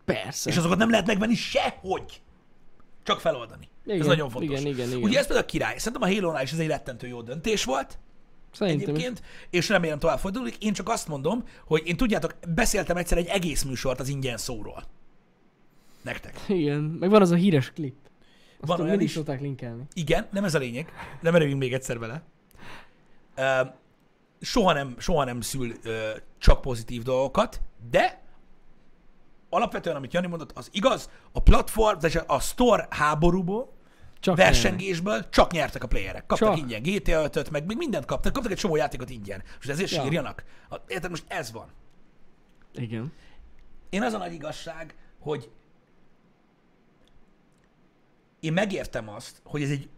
[SPEAKER 2] Persze.
[SPEAKER 1] És
[SPEAKER 2] És az...
[SPEAKER 1] azokat nem lehet megvenni sehogy. Csak feloldani. Igen, ez
[SPEAKER 2] Igen,
[SPEAKER 1] nagyon fontos.
[SPEAKER 2] igen, igen, igen.
[SPEAKER 1] Ugye ez például a király. Szerintem a halo is ez egy rettentő jó döntés volt
[SPEAKER 2] Szerintem is.
[SPEAKER 1] egyébként, és remélem tovább fordulódik. Én csak azt mondom, hogy én tudjátok, beszéltem egyszer egy egész műsort az ingyen szóról. Nektek.
[SPEAKER 2] Igen, meg van az a híres klip. Azt
[SPEAKER 1] Van
[SPEAKER 2] tudom,
[SPEAKER 1] olyan
[SPEAKER 2] mindig
[SPEAKER 1] is.
[SPEAKER 2] szokták linkelni.
[SPEAKER 1] Igen, nem ez a lényeg. Nem erőjünk még egyszer vele. Ö, soha nem, soha nem szül ö, csak pozitív dolgokat, de alapvetően, amit Jani mondott, az igaz, a platform, de a store háborúból,
[SPEAKER 2] Csak nyernek.
[SPEAKER 1] versengésből csak nyertek a playerek. Kaptak
[SPEAKER 2] Csak.
[SPEAKER 1] ingyen GTA 5 meg még mindent kaptak. Kaptak egy csomó játékot ingyen. És ezért
[SPEAKER 2] Ja.
[SPEAKER 1] sírjanak. A- Érted, most ez van.
[SPEAKER 2] Igen.
[SPEAKER 1] Én az a nagy igazság, hogy én megértem azt, hogy ez egy...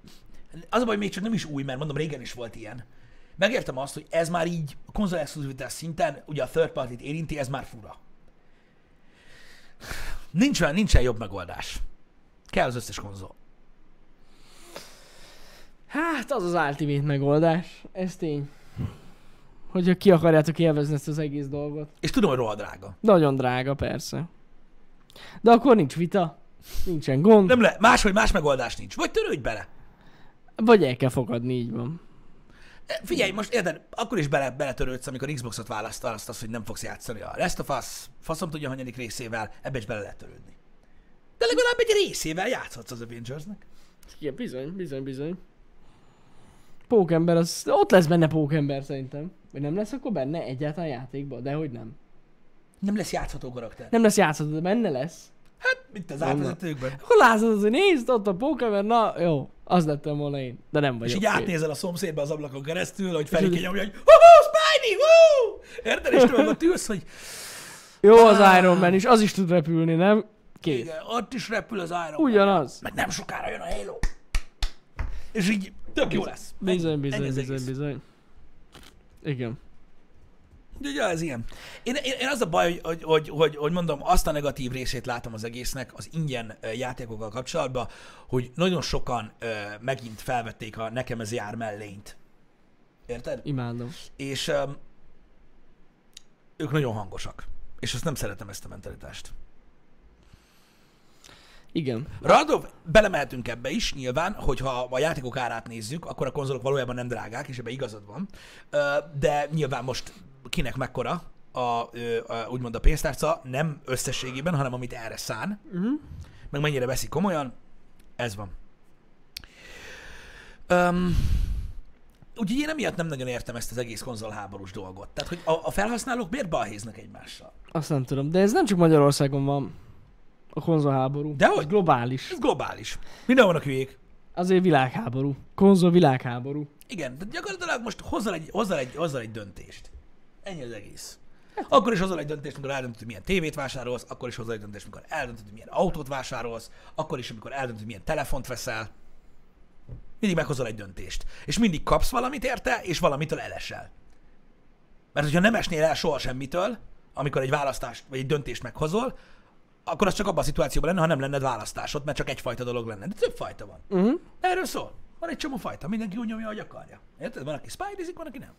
[SPEAKER 1] Az a baj, még csak nem is új, mert mondom, régen is volt ilyen. Megértem azt, hogy ez már így a konzol exkluzivitás szinten, ugye a third party érinti, ez már fura. Nincs olyan, nincsen jobb megoldás. Kell az összes konzol.
[SPEAKER 2] Hát az az ultimate megoldás. Ez tény. Hogyha ki akarjátok élvezni ezt az egész dolgot.
[SPEAKER 1] És tudom, hogy rohadt drága.
[SPEAKER 2] Nagyon drága, persze. De akkor nincs vita. Nincsen gond.
[SPEAKER 1] Nem le, máshogy más megoldás nincs. Vagy törődj bele.
[SPEAKER 2] Vagy el kell fogadni, így van.
[SPEAKER 1] E, Figyelj, most érted, akkor is bele, beletörődsz, amikor Xboxot választasz, azt, hogy nem fogsz játszani a Last of Us, faszom tudja, hanyadik részével, ebbe is bele lehet törődni. De legalább egy részével játszhatsz az Avengersnek.
[SPEAKER 2] Igen, bizony, bizony, bizony. Pókember, az, ott lesz benne pókember szerintem. Vagy nem lesz akkor benne egyáltalán játékban, de hogy nem.
[SPEAKER 1] Nem lesz játszható karakter.
[SPEAKER 2] Nem lesz játszható, de benne lesz.
[SPEAKER 1] Hát, mint az
[SPEAKER 2] Vannak.
[SPEAKER 1] átvezetőkben.
[SPEAKER 2] Akkor látod, hogy nézd, ott a pókember, na jó, az lettem volna én, de nem
[SPEAKER 1] És
[SPEAKER 2] vagyok.
[SPEAKER 1] így
[SPEAKER 2] én.
[SPEAKER 1] átnézel a szomszédba az ablakon keresztül, hogy felé
[SPEAKER 2] így-
[SPEAKER 1] nyomja, hogy hú, Spidey, hú! Érted? És tudom, ott ülsz, hogy
[SPEAKER 2] Jó az Iron Man is, az is tud repülni, nem? Két.
[SPEAKER 1] igen, ott is repül az Iron Man.
[SPEAKER 2] Ugyanaz.
[SPEAKER 1] Meg nem sokára jön a Halo. És így tök jó lesz. Ennyi-
[SPEAKER 2] Bizony,
[SPEAKER 1] ennyi
[SPEAKER 2] bizony,
[SPEAKER 1] az
[SPEAKER 2] bizony,
[SPEAKER 1] egész.
[SPEAKER 2] bizony. Igen.
[SPEAKER 1] Úgyhogy ja, ez ilyen. Én, én, én az a baj, hogy, hogy, hogy, hogy, hogy mondom, azt a negatív részét látom az egésznek az ingyen ö, játékokkal kapcsolatban, hogy nagyon sokan ö, megint felvették a nekem ez jár mellényt. Érted?
[SPEAKER 2] Imádom.
[SPEAKER 1] És ö, ők nagyon hangosak. És azt nem szeretem ezt a mentalitást.
[SPEAKER 2] Igen.
[SPEAKER 1] Radov, belemehetünk ebbe is nyilván, hogyha a játékok árát nézzük, akkor a konzolok valójában nem drágák, és ebbe igazad van. Ö, De nyilván most kinek mekkora a, ö, a úgymond a pénztárca, nem összességében, hanem amit erre szán,
[SPEAKER 2] Uh-huh.
[SPEAKER 1] meg mennyire veszik komolyan, ez van. Öm, úgyhogy én emiatt nem nagyon értem ezt az egész konzolháborús dolgot. Tehát, hogy a, a felhasználók miért balhéznak egymással?
[SPEAKER 2] Azt nem tudom, de ez nem csak Magyarországon van. A konzolháború.
[SPEAKER 1] Dehogy.
[SPEAKER 2] Ez globális.
[SPEAKER 1] Ez globális. Minden vannak hülyék.
[SPEAKER 2] Azért világháború. Konzol világháború.
[SPEAKER 1] Igen, tehát gyakorlatilag most hozzal egy, hozzal egy, hozzal egy döntést. Ennyi az egész. Akkor is hozzal egy döntést, amikor eldöntöd, hogy milyen tévét vásárolsz, akkor is hozzal egy döntést, amikor eldöntöd, hogy milyen autót vásárolsz, akkor is, amikor eldöntöd, hogy milyen telefont veszel. Mindig meghozol egy döntést. És mindig kapsz valamit érte, és valamitől elesel. Mert hogyha nem esnél el soha semmitől, amikor egy választást vagy egy döntést meghozol, akkor az csak abban a szituációban lenne, ha nem lenned választásod, mert csak egyfajta dolog lenne. De több fajta van.
[SPEAKER 2] Uh-huh.
[SPEAKER 1] Erről szól. Van egy csomó fajta, mindenki úgy nyomja, ahogy akarja. Érted? Van, aki spidezik, van, aki nem.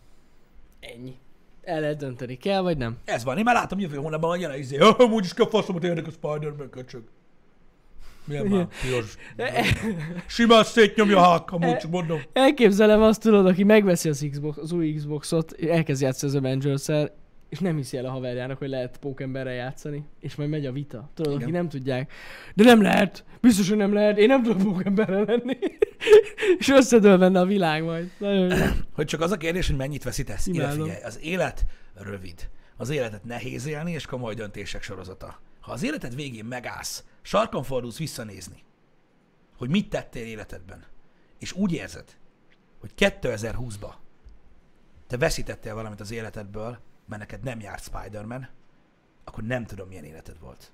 [SPEAKER 2] Ennyi. El lehet dönteni, kell vagy nem.
[SPEAKER 1] Ez van. Én már látom, jövő hónapban hogy jön a izé, "Hö, amúgy is kell faszomat érnek a Spider-Man köcsög. Milyen már? Piros. Simán szétnyomja a hák, amúgy csak mondom.
[SPEAKER 2] Elképzelem azt tudod, aki megveszi az, Xbox, az új Xboxot, elkezd játszani az avengers és nem hiszi el a haverjának, hogy lehet pókemberrel játszani, és majd megy a vita. Tudod,
[SPEAKER 1] Igen.
[SPEAKER 2] akik nem tudják. De nem lehet! Biztos, hogy nem lehet! Én nem tudok pókemberrel lenni! és összedől benne a világ majd. Nagyon jó.
[SPEAKER 1] Hogy csak az a kérdés, hogy mennyit veszítesz. Ide
[SPEAKER 2] Imádom.
[SPEAKER 1] figyelj, az élet rövid. Az életet nehéz élni, és komoly döntések sorozata. Ha az életed végén megállsz, sarkon fordulsz visszanézni, hogy mit tettél életedben, és úgy érzed, hogy 2020-ba te veszítettél valamit az életedből, mert neked nem járt Spider-Man, akkor nem tudom, milyen életed volt.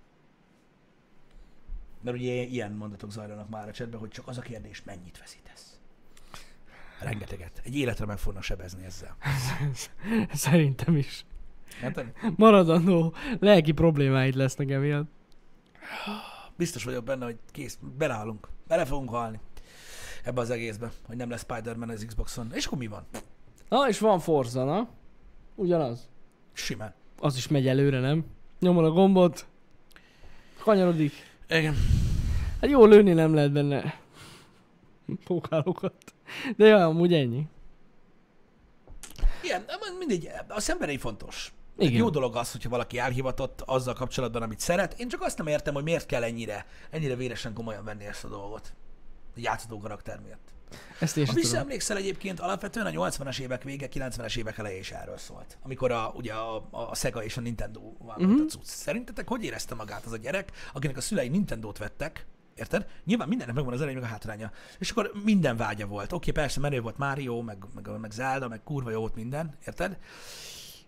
[SPEAKER 1] Mert ugye ilyen mondatok zajlanak már a csetben, hogy csak az a kérdés, mennyit veszítesz. Rengeteget. Egy életre meg fognak sebezni ezzel.
[SPEAKER 2] Szerintem is.
[SPEAKER 1] Érted?
[SPEAKER 2] Maradandó lelki problémáid lesznek emiatt.
[SPEAKER 1] Biztos vagyok benne, hogy kész, beleállunk. Bele fogunk halni ebbe az egészbe, hogy nem lesz Spider-Man az Xboxon. És akkor mi van?
[SPEAKER 2] Na, és van Forza, na? Ugyanaz.
[SPEAKER 1] Simán.
[SPEAKER 2] Az is megy előre, nem? Nyomol a gombot, kanyarodik.
[SPEAKER 1] Igen.
[SPEAKER 2] Hát jó lőni nem lehet benne pókálókat. De jó, amúgy ennyi.
[SPEAKER 1] Igen, de mond- mindegy, az emberei fontos.
[SPEAKER 2] Igen.
[SPEAKER 1] Igen. Jó dolog az, hogyha valaki elhivatott azzal kapcsolatban, amit szeret. Én csak azt nem értem, hogy miért kell ennyire, ennyire véresen komolyan venni ezt a dolgot. A játszható karakter miatt.
[SPEAKER 2] Ezt
[SPEAKER 1] Ha
[SPEAKER 2] én sem tudom.
[SPEAKER 1] visszaemlékszel egyébként, alapvetően a 80-as évek vége, 90-es évek eleje is erről szólt. Amikor a, ugye a, a Sega és a Nintendo vágott
[SPEAKER 2] Mhm.
[SPEAKER 1] mm-hmm. a cucc. Szerintetek hogy érezte magát az a gyerek, akinek a szülei Nintendót vettek, Érted? Nyilván mindennek megvan az előnye, meg a hátránya. És akkor minden vágya volt. Oké, persze menő volt Mario, meg, meg, meg Zelda, meg kurva jó volt minden, érted?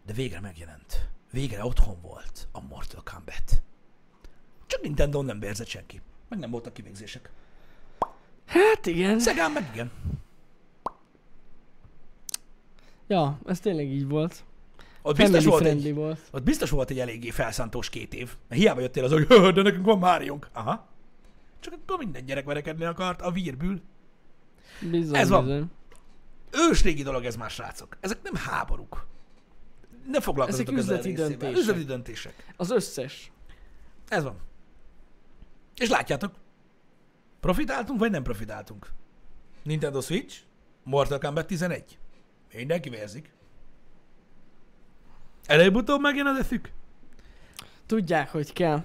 [SPEAKER 1] De végre megjelent. Végre otthon volt a Mortal Kombat. Csak Nintendo nem bérzett senki. Meg nem voltak kivégzések.
[SPEAKER 2] Hát igen.
[SPEAKER 1] Szegán meg igen.
[SPEAKER 2] Ja, ez tényleg így volt.
[SPEAKER 1] Ott biztos
[SPEAKER 2] Family
[SPEAKER 1] volt
[SPEAKER 2] friendly
[SPEAKER 1] egy,
[SPEAKER 2] volt.
[SPEAKER 1] Ott biztos volt egy eléggé felszántós két év. Mert hiába jöttél az, hogy "Hö, de nekünk van Máriunk. Aha. Csak akkor minden gyerek verekedni akart, a vírbül.
[SPEAKER 2] Bizony,
[SPEAKER 1] Ez van.
[SPEAKER 2] bizony.
[SPEAKER 1] Ősrégi dolog ez már, srácok. Ezek nem háborúk. Ne foglalkozzatok
[SPEAKER 2] Ezek
[SPEAKER 1] ezzel a
[SPEAKER 2] üzleti
[SPEAKER 1] részével.
[SPEAKER 2] döntések.
[SPEAKER 1] Üzleti döntések.
[SPEAKER 2] Az összes.
[SPEAKER 1] Ez van. És látjátok, profitáltunk vagy nem profitáltunk? Nintendo Switch, Mortal Kombat 11. Mindenki vérzik. Előbb-utóbb megjön az eszük.
[SPEAKER 2] Tudják, hogy kell.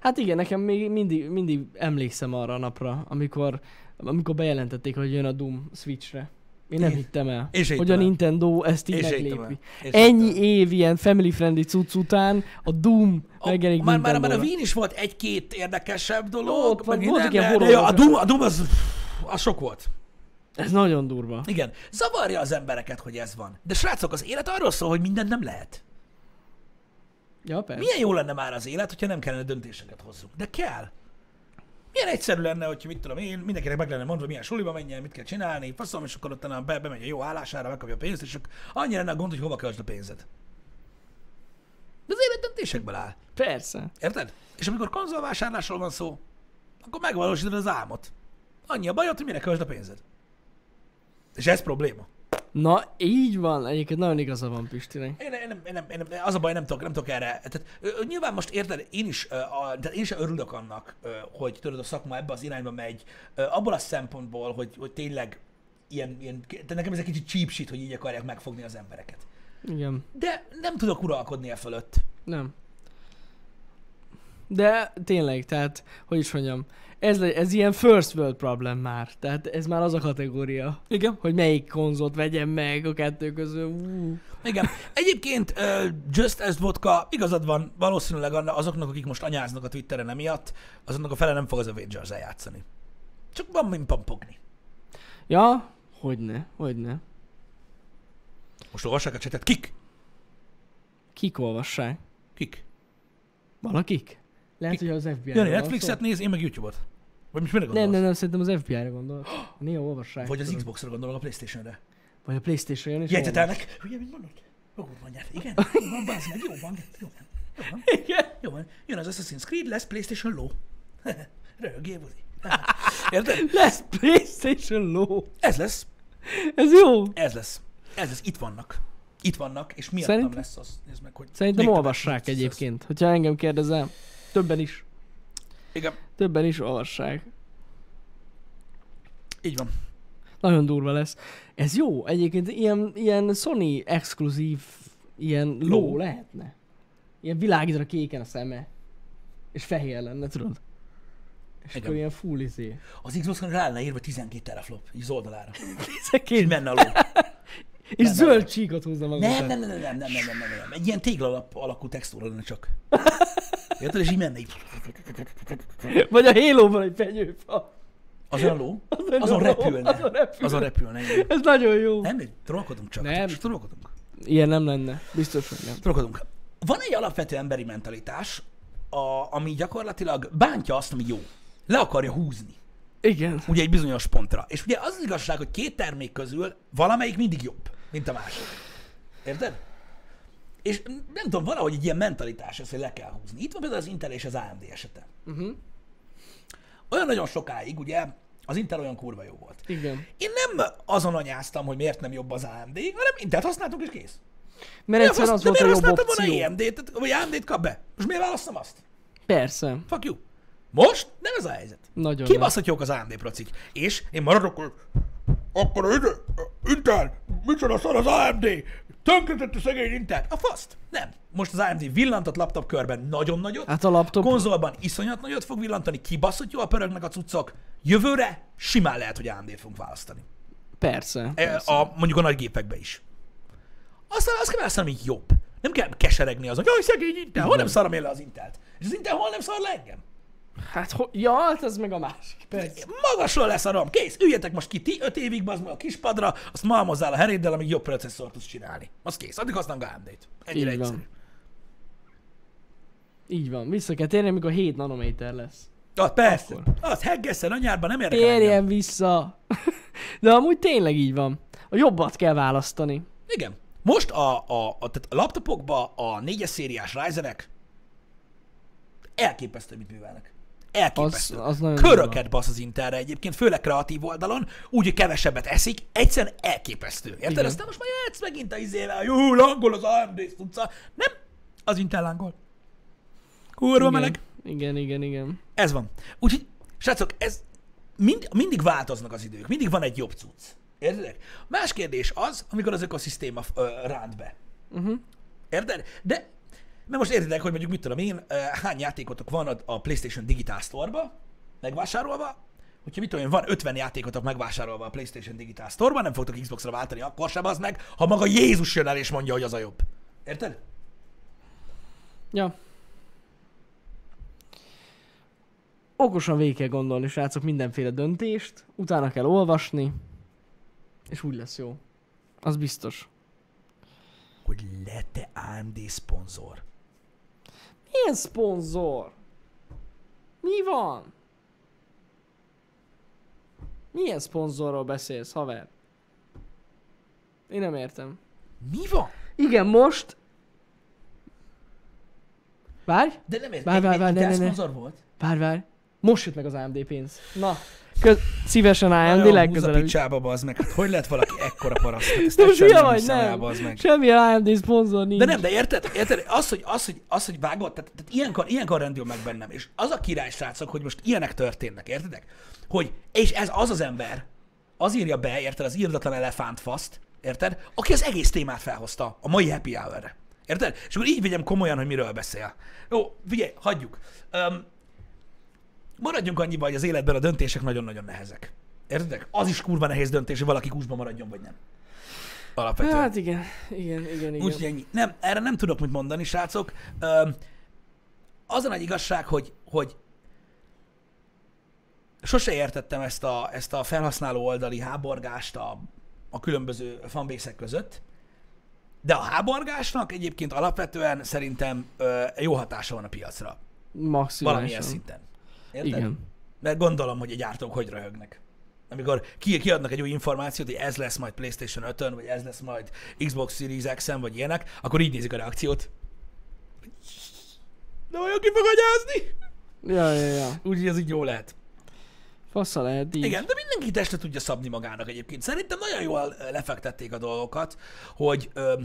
[SPEAKER 2] Hát igen, nekem még mindig, mindig emlékszem arra a napra, amikor, amikor bejelentették, hogy jön a Doom Switchre. Én nem
[SPEAKER 1] Igen.
[SPEAKER 2] hittem el,
[SPEAKER 1] Én se
[SPEAKER 2] hogy a
[SPEAKER 1] hittem el.
[SPEAKER 2] Nintendo ezt így
[SPEAKER 1] És ejtem
[SPEAKER 2] meglépi.
[SPEAKER 1] el. És ejtem el.
[SPEAKER 2] Ennyi év ilyen family friendly cucc után a Doom
[SPEAKER 1] A-
[SPEAKER 2] megjelenik
[SPEAKER 1] már, már, már a
[SPEAKER 2] Nintendo-ra.
[SPEAKER 1] Wien is volt egy-két érdekesebb
[SPEAKER 2] Ott
[SPEAKER 1] dolog.
[SPEAKER 2] van,
[SPEAKER 1] meg
[SPEAKER 2] voltak
[SPEAKER 1] minden,
[SPEAKER 2] ilyen
[SPEAKER 1] de- de jó, a
[SPEAKER 2] borulók.
[SPEAKER 1] Doom, a Doom az, az sok volt.
[SPEAKER 2] Ez nagyon durva.
[SPEAKER 1] Igen. Zavarja az embereket, hogy ez van. De srácok, az élet arról szól, hogy mindent nem lehet.
[SPEAKER 2] Ja, persze.
[SPEAKER 1] Milyen jó lenne már az élet, hogyha nem kellene döntéseket hozzunk. De kell. Milyen egyszerű lenne, hogyha mit tudom én, mindenkinek meg lenne mondva, milyen suliba menjen, mit kell csinálni, faszom, és akkor utána be, bemegy a jó állására, megkapja a pénzt, és csak annyira lenne a gond, hogy hova költsd a pénzed. De az élet döntésekből áll.
[SPEAKER 2] Persze.
[SPEAKER 1] Érted? És amikor konzolvásárlásról van szó, akkor megvalósítod az álmot. Annyi a bajod, hogy mire költsd a pénzed. És ez probléma.
[SPEAKER 2] Na, így van. Egyébként nagyon igaza van Pistinek.
[SPEAKER 1] Én, én, nem, én, nem, én nem, az a baj, nem tudok, nem tudok erre. Tehát, ö, ö, nyilván most érted, én is, ö, a, de én is örülök annak, ö, hogy tudod, a szakma ebbe az irányba megy, ö, abból a szempontból, hogy, hogy tényleg ilyen, ilyen, de nekem ez egy kicsit cheap shit, hogy így akarják megfogni az embereket.
[SPEAKER 2] Igen.
[SPEAKER 1] De nem tudok uralkodni e fölött.
[SPEAKER 2] Nem. De tényleg, tehát, hogy is mondjam, ez, le- ez ilyen first world problem már. Tehát ez már az a kategória,
[SPEAKER 1] Igen.
[SPEAKER 2] hogy melyik konzot vegyem meg a kettő közül. Ú,
[SPEAKER 1] Igen. Egyébként uh, Just As Vodka, igazad van, valószínűleg anna- azoknak, akik most anyáznak a Twitteren emiatt, azoknak a fele nem fog az Avengers eljátszani. Csak van, mint pampogni.
[SPEAKER 2] Ja, Hogyne, hogyne.
[SPEAKER 1] Most olvassák a csetet. Kik?
[SPEAKER 2] Kik olvassák?
[SPEAKER 1] Kik?
[SPEAKER 2] Valakik? Lehet,
[SPEAKER 1] Kik?
[SPEAKER 2] hogy az FBI-ra
[SPEAKER 1] Jani
[SPEAKER 2] van
[SPEAKER 1] Netflixet
[SPEAKER 2] szó.
[SPEAKER 1] néz, én meg YouTube-ot. Vagy most mire gondolsz?
[SPEAKER 2] szóval- Nem, nem, nem, szerintem az FBI-ra gondolok. Néha olvassák.
[SPEAKER 1] Vagy az
[SPEAKER 2] tudod.
[SPEAKER 1] Xbox-ra gondolok, a Playstation-re.
[SPEAKER 2] Vagy a Playstation jön és olvas.
[SPEAKER 1] Jegyzetelnek? Ugye, mit mondod? Ó, mondját, igen, jó van, bázd meg, jó van, jó van, jó van,
[SPEAKER 2] Igen.
[SPEAKER 1] jó van. Jön az Assassin's Creed, lesz Playstation Low. Röhögjél, buzi. Érted?
[SPEAKER 2] Lesz Playstation ló.
[SPEAKER 1] Ez lesz,
[SPEAKER 2] Ez jó.
[SPEAKER 1] ez lesz, ez lesz, itt vannak. Itt vannak, és miattam
[SPEAKER 2] Szerintem-
[SPEAKER 1] lesz az, nézd meg, hogy...
[SPEAKER 2] Szerintem
[SPEAKER 1] végtelen
[SPEAKER 2] olvassák
[SPEAKER 1] lesz az.
[SPEAKER 2] egyébként, hogyha engem kérdezel. Többen is.
[SPEAKER 1] Igen,
[SPEAKER 2] Többen is olvassák.
[SPEAKER 1] így van.
[SPEAKER 2] Nagyon durva lesz. Ez jó. Egyébként ilyen, ilyen Sony exkluzív ilyen ló,
[SPEAKER 1] Ló.
[SPEAKER 2] lehetne. Ilyen világítra kéken a szeme. És fehér lenne, tudod? És
[SPEAKER 1] Igen.
[SPEAKER 2] akkor ilyen full izé.
[SPEAKER 1] Az Xbox-on rá lenne írva 12 teraflop, így az oldalára. És
[SPEAKER 2] Ezekért-
[SPEAKER 1] menne a ló.
[SPEAKER 2] És
[SPEAKER 1] nem,
[SPEAKER 2] zöld csíkot húzna maga
[SPEAKER 1] Nem, nem,
[SPEAKER 2] után.
[SPEAKER 1] nem, nem, nem, nem, nem, nem, nem, nem. Egy ilyen téglalap alakú textúra lenne csak. Érted? És így menne így.
[SPEAKER 2] Vagy a Halo-ban egy fenyőfa.
[SPEAKER 1] Az a ló,
[SPEAKER 2] egy
[SPEAKER 1] azon
[SPEAKER 2] ló,
[SPEAKER 1] repülne.
[SPEAKER 2] azon repülne.
[SPEAKER 1] Azon repülne. igen.
[SPEAKER 2] Ez nagyon jó.
[SPEAKER 1] Nem, egy trollkodunk csak.
[SPEAKER 2] Nem.
[SPEAKER 1] Csak trollkodunk.
[SPEAKER 2] Ilyen nem lenne. Biztos, hogy nem.
[SPEAKER 1] Trollkodunk. Van egy alapvető emberi mentalitás, a, ami gyakorlatilag bántja azt, ami jó. Le akarja húzni.
[SPEAKER 2] Igen.
[SPEAKER 1] Ugye egy bizonyos pontra. És ugye az az igazság, hogy két termék közül valamelyik mindig jobb, mint a másik. Érted? És nem tudom, valahogy egy ilyen mentalitás ez, hogy le kell húzni. Itt van például az Intel és az AMD esete.
[SPEAKER 2] Uh-huh.
[SPEAKER 1] Olyan nagyon sokáig, ugye, az Intel olyan kurva jó volt.
[SPEAKER 2] Igen.
[SPEAKER 1] Én nem azon anyáztam, hogy miért nem jobb az AMD, hanem Intelt használtuk és kész.
[SPEAKER 2] Mert
[SPEAKER 1] Miért
[SPEAKER 2] egyszerűen
[SPEAKER 1] használ- de
[SPEAKER 2] az volt a
[SPEAKER 1] miért
[SPEAKER 2] jobb
[SPEAKER 1] használtam
[SPEAKER 2] opció.
[SPEAKER 1] volna AMD-t, vagy AMD-t kap be? Most miért választom azt?
[SPEAKER 2] Persze.
[SPEAKER 1] Fuck you. Most nem ez a helyzet.
[SPEAKER 2] Nagyon nem.
[SPEAKER 1] Kibaszott jók az AMD procik. És én maradok, hogy akkor az Intel, micsoda szar az AMD, tönkretett a szegény Intel. A faszt. Nem. Most az AMD villantott laptop körben nagyon nagyot.
[SPEAKER 2] Hát a laptop-
[SPEAKER 1] Konzolban iszonyat nagyot fog villantani, kibaszott jó a pörögnek a cuccok. Jövőre simán lehet, hogy AMD-t fogunk választani.
[SPEAKER 2] Persze.
[SPEAKER 1] E,
[SPEAKER 2] persze.
[SPEAKER 1] A, mondjuk a nagy gépekbe is. Aztán azt kell választani, ami jobb. Nem kell keseregni azon, hogy jaj, szegény Intel, hol nem szarom én le az Intelt? És az Intel hol nem szar le engem?
[SPEAKER 2] Hát, ho- ja, hát az meg a másik. Persze.
[SPEAKER 1] Magasról lesz a RAM, kész, üljetek most ki ti öt évig, bazd meg a kispadra, azt malmozzál a heréddel, amíg jobb processzort tudsz csinálni. Az kész, addig használom a AMD-t. Ennyire
[SPEAKER 2] Így van.
[SPEAKER 1] egyszerű.
[SPEAKER 2] Így van. Vissza kell térni, amikor 7 nanométer lesz.
[SPEAKER 1] Ah, persze, az heggeszen anyárban nem érdekel engem.
[SPEAKER 2] Térjen vissza. De amúgy tényleg így van. A jobbat kell választani.
[SPEAKER 1] Igen. Most a, a, a, tehát a laptopokba a 4-es szériás Ryzenek elképesztő, mit művelnek. Elképesztő.
[SPEAKER 2] Az- az nagyon
[SPEAKER 1] Köröket basz az Interre egyébként, főleg kreatív oldalon, úgy, hogy kevesebbet eszik, egyszerűen elképesztő. Érted?
[SPEAKER 2] Igen.
[SPEAKER 1] Aztán most már játsz megint a izével, jó, lángol az AMD tudca. Nem, az Intel lángol. Kurva
[SPEAKER 2] Igen.
[SPEAKER 1] meleg.
[SPEAKER 2] Igen, igen, igen.
[SPEAKER 1] Ez van. Úgyhogy, srácok, ez mind, mindig változnak az idők, mindig van egy jobb cucc. Értedek? Más kérdés az, amikor az ökoszisztéma ö, ránt be.
[SPEAKER 2] Uh-huh.
[SPEAKER 1] Érted? De, mert most értitek, hogy mondjuk mit tudom én, ö, hány játékotok van a, a PlayStation Digital Store-ba megvásárolva, hogyha mit tudom én, van 50 játékotok megvásárolva a PlayStation Digital Store-ba, nem fogtok Xbox-ra váltani, akkor sem az meg, ha maga Jézus jön el és mondja, hogy az a jobb. Érted?
[SPEAKER 2] Ja. Okosan végig kell gondolni, srácok, mindenféle döntést, utána kell olvasni, és úgy lesz jó. Az biztos.
[SPEAKER 1] Hogy lette AMD szponzor.
[SPEAKER 2] Milyen szponzor? Mi van? Milyen szponzorról beszélsz, haver? Én nem értem.
[SPEAKER 1] Mi van?
[SPEAKER 2] Igen, most... Várj,
[SPEAKER 1] De nem értem.
[SPEAKER 2] Várj,
[SPEAKER 1] Egy-
[SPEAKER 2] várj,
[SPEAKER 1] egy
[SPEAKER 2] várj, ne,
[SPEAKER 1] Intel
[SPEAKER 2] ne, ne.
[SPEAKER 1] szponzor volt?
[SPEAKER 2] várj, várj. Most jött meg az AMD pénz. Na, köz- szívesen AMD
[SPEAKER 1] Nagyon húzza
[SPEAKER 2] legközelebb.
[SPEAKER 1] picsába, bazd meg. Hát hogy lett valaki ekkora paraszt? Hát Ezt
[SPEAKER 2] De most
[SPEAKER 1] egyszer
[SPEAKER 2] hülye
[SPEAKER 1] nem
[SPEAKER 2] vagy,
[SPEAKER 1] hiszem el,
[SPEAKER 2] nem?
[SPEAKER 1] bazd meg.
[SPEAKER 2] Semmilyen AMD szponzor nincs.
[SPEAKER 1] De nem, de érted? Érted? Az, hogy, az, hogy, az, hogy vágod, tehát, tehát ilyenkor, ilyenkor rendül meg bennem. És az a király, srácok, hogy most ilyenek történnek, értedek? Hogy, és ez az az ember, az írja be, érted, az írdatlan elefántfaszt, érted? Aki az egész témát felhozta a mai happy hour Érted? És akkor így vegyem komolyan, hogy miről beszél. Jó, figyelj, hagyjuk. Um, maradjunk annyiba, hogy az életben a döntések nagyon-nagyon nehezek. Értedek? Az is kurva nehéz döntés, hogy valaki húsban maradjon, vagy nem. Alapvetően.
[SPEAKER 2] Hát igen, igen, igen, igen.
[SPEAKER 1] Úgyhogy ennyi. Nem, erre nem tudok mit mondani, srácok. Öm, az a nagy igazság, hogy, hogy sose értettem ezt a, ezt a felhasználó oldali háborgást a, a különböző fanbészek között, de a háborgásnak egyébként alapvetően szerintem ö, jó hatása van a piacra.
[SPEAKER 2] maximálisan.
[SPEAKER 1] Valamilyen szinten. Érted?
[SPEAKER 2] Igen.
[SPEAKER 1] Mert gondolom, hogy a gyártók hogy röhögnek. Amikor ki- kiadnak egy új információt, hogy ez lesz majd PlayStation 5-ön, vagy ez lesz majd Xbox Series X-en, vagy ilyenek, akkor így nézik a reakciót. De olyan ki fog agyázni?
[SPEAKER 2] Ja, ja, ja.
[SPEAKER 1] Úgyhogy ez így jó lehet.
[SPEAKER 2] Fasza lehet így.
[SPEAKER 1] Igen, de mindenki testre tudja szabni magának egyébként. Szerintem nagyon jól ö, lefektették a dolgokat, hogy ö,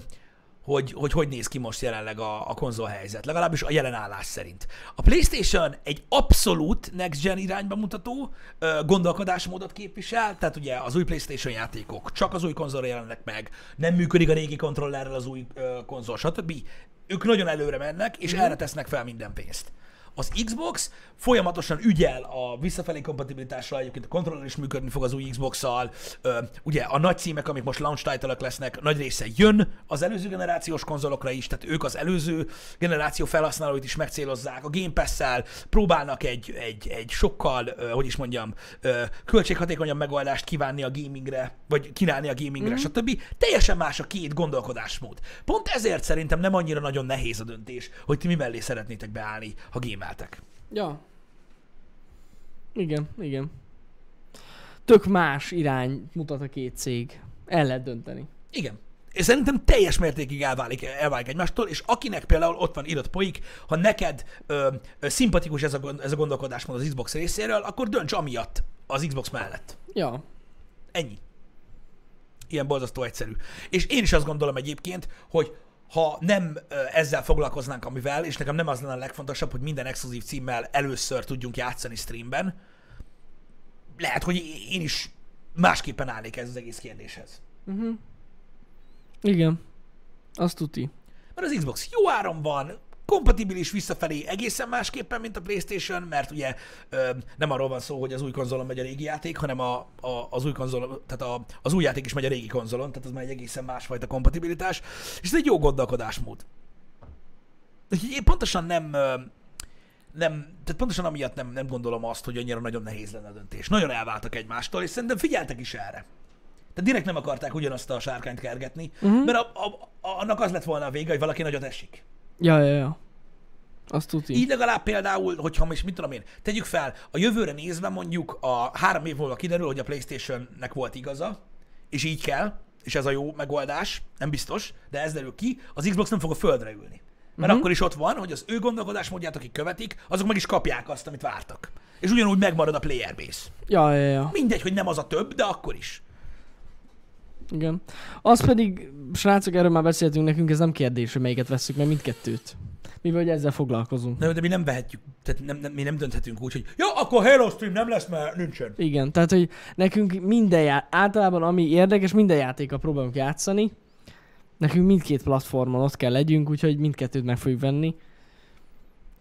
[SPEAKER 1] hogy, hogy hogy néz ki most jelenleg a, a konzol helyzet, legalábbis a jelen állás szerint. A PlayStation egy abszolút next gen irányba mutató ö, gondolkodásmódot képvisel, tehát ugye az új PlayStation játékok csak az új konzolra jelennek meg, nem működik a régi kontrollerrel az új ö, konzol, stb. Ők nagyon előre mennek, és erre tesznek fel minden pénzt. Az Xbox folyamatosan ügyel a visszafelé kompatibilitásra, egyébként a kontroller is működni fog az új Xbox-szal. Ö, ugye a nagy címek, amik most launch title lesznek, nagy része jön az előző generációs konzolokra is, tehát ők az előző generáció felhasználóit is megcélozzák. A Game Pass-szel próbálnak egy, egy, egy sokkal, ö, hogy is mondjam, ö, költséghatékonyabb megoldást kívánni a gamingre, vagy kínálni a gamingre, mm-hmm. stb. Teljesen más a két gondolkodásmód. Pont ezért szerintem nem annyira nagyon nehéz a döntés, hogy ti mi mellé szeretnétek beállni, ha gémeltek.
[SPEAKER 2] Ja. Igen, igen. Tök más irány mutat a két cég. El lehet dönteni.
[SPEAKER 1] Igen. És szerintem teljes mértékig elválik, elválik egymástól, és akinek például ott van írott poik, ha neked ö, ö, szimpatikus ez a, gond- ez a gondolkodásmód az Xbox részéről, akkor dönts amiatt az Xbox mellett.
[SPEAKER 2] Ja.
[SPEAKER 1] Ennyi. Ilyen borzasztó egyszerű. És én is azt gondolom egyébként, hogy ha nem ö, ezzel foglalkoznánk, amivel, és nekem nem az lenne a legfontosabb, hogy minden exkluzív címmel először tudjunk játszani streamben, lehet, hogy én is másképpen állnék ez az egész kérdéshez.
[SPEAKER 2] Igen. Azt tuti.
[SPEAKER 1] Mert az Xbox jó áron van, kompatibilis visszafelé egészen másképpen, mint a Playstation, mert ugye ö, nem arról van szó, hogy az új konzolon megy a régi játék, hanem a, a, az új konzol, tehát a, az új játék is megy a régi konzolon, tehát az már egy egészen másfajta kompatibilitás, és ez egy jó gondolkodásmód. Úgyhogy én pontosan nem, ö, nem, tehát pontosan amiatt nem, nem gondolom azt, hogy annyira nagyon nehéz lenne a döntés. Nagyon elváltak egymástól, és szerintem figyeltek is erre. Tehát direkt nem akarták ugyanazt a sárkányt kergetni, uh-huh. mert a, a, a, annak az lett volna a vége, hogy valaki nagyot esik.
[SPEAKER 2] Ja, ja, ja. Azt tuti.
[SPEAKER 1] Így legalább például, hogyha most mit tudom én, tegyük fel, a jövőre nézve mondjuk a három év múlva kiderül, hogy a Playstation-nek volt igaza, és így kell, és ez a jó megoldás, nem biztos, de ez derül ki, az Xbox nem fog a földre ülni. Mert uh-huh. akkor is ott van, hogy az ő gondolkodásmódját, akik követik, azok meg is kapják azt, amit vártak. És ugyanúgy megmarad a player base.
[SPEAKER 2] Ja, ja, ja.
[SPEAKER 1] Mindegy, hogy nem az a több, de akkor is.
[SPEAKER 2] Igen. Az pedig, srácok, erről már beszéltünk nekünk, ez nem kérdés, hogy melyiket vesszük, mert mindkettőt. Mi vagy ezzel foglalkozunk.
[SPEAKER 1] De, de mi nem vehetjük, tehát nem, nem, mi nem dönthetünk úgy, hogy ja, akkor Halo stream nem lesz, mert nincsen.
[SPEAKER 2] Igen, tehát hogy nekünk minden já- általában ami érdekes, minden játéka próbálunk játszani. Nekünk mindkét platformon ott kell legyünk, úgyhogy mindkettőt meg fogjuk venni.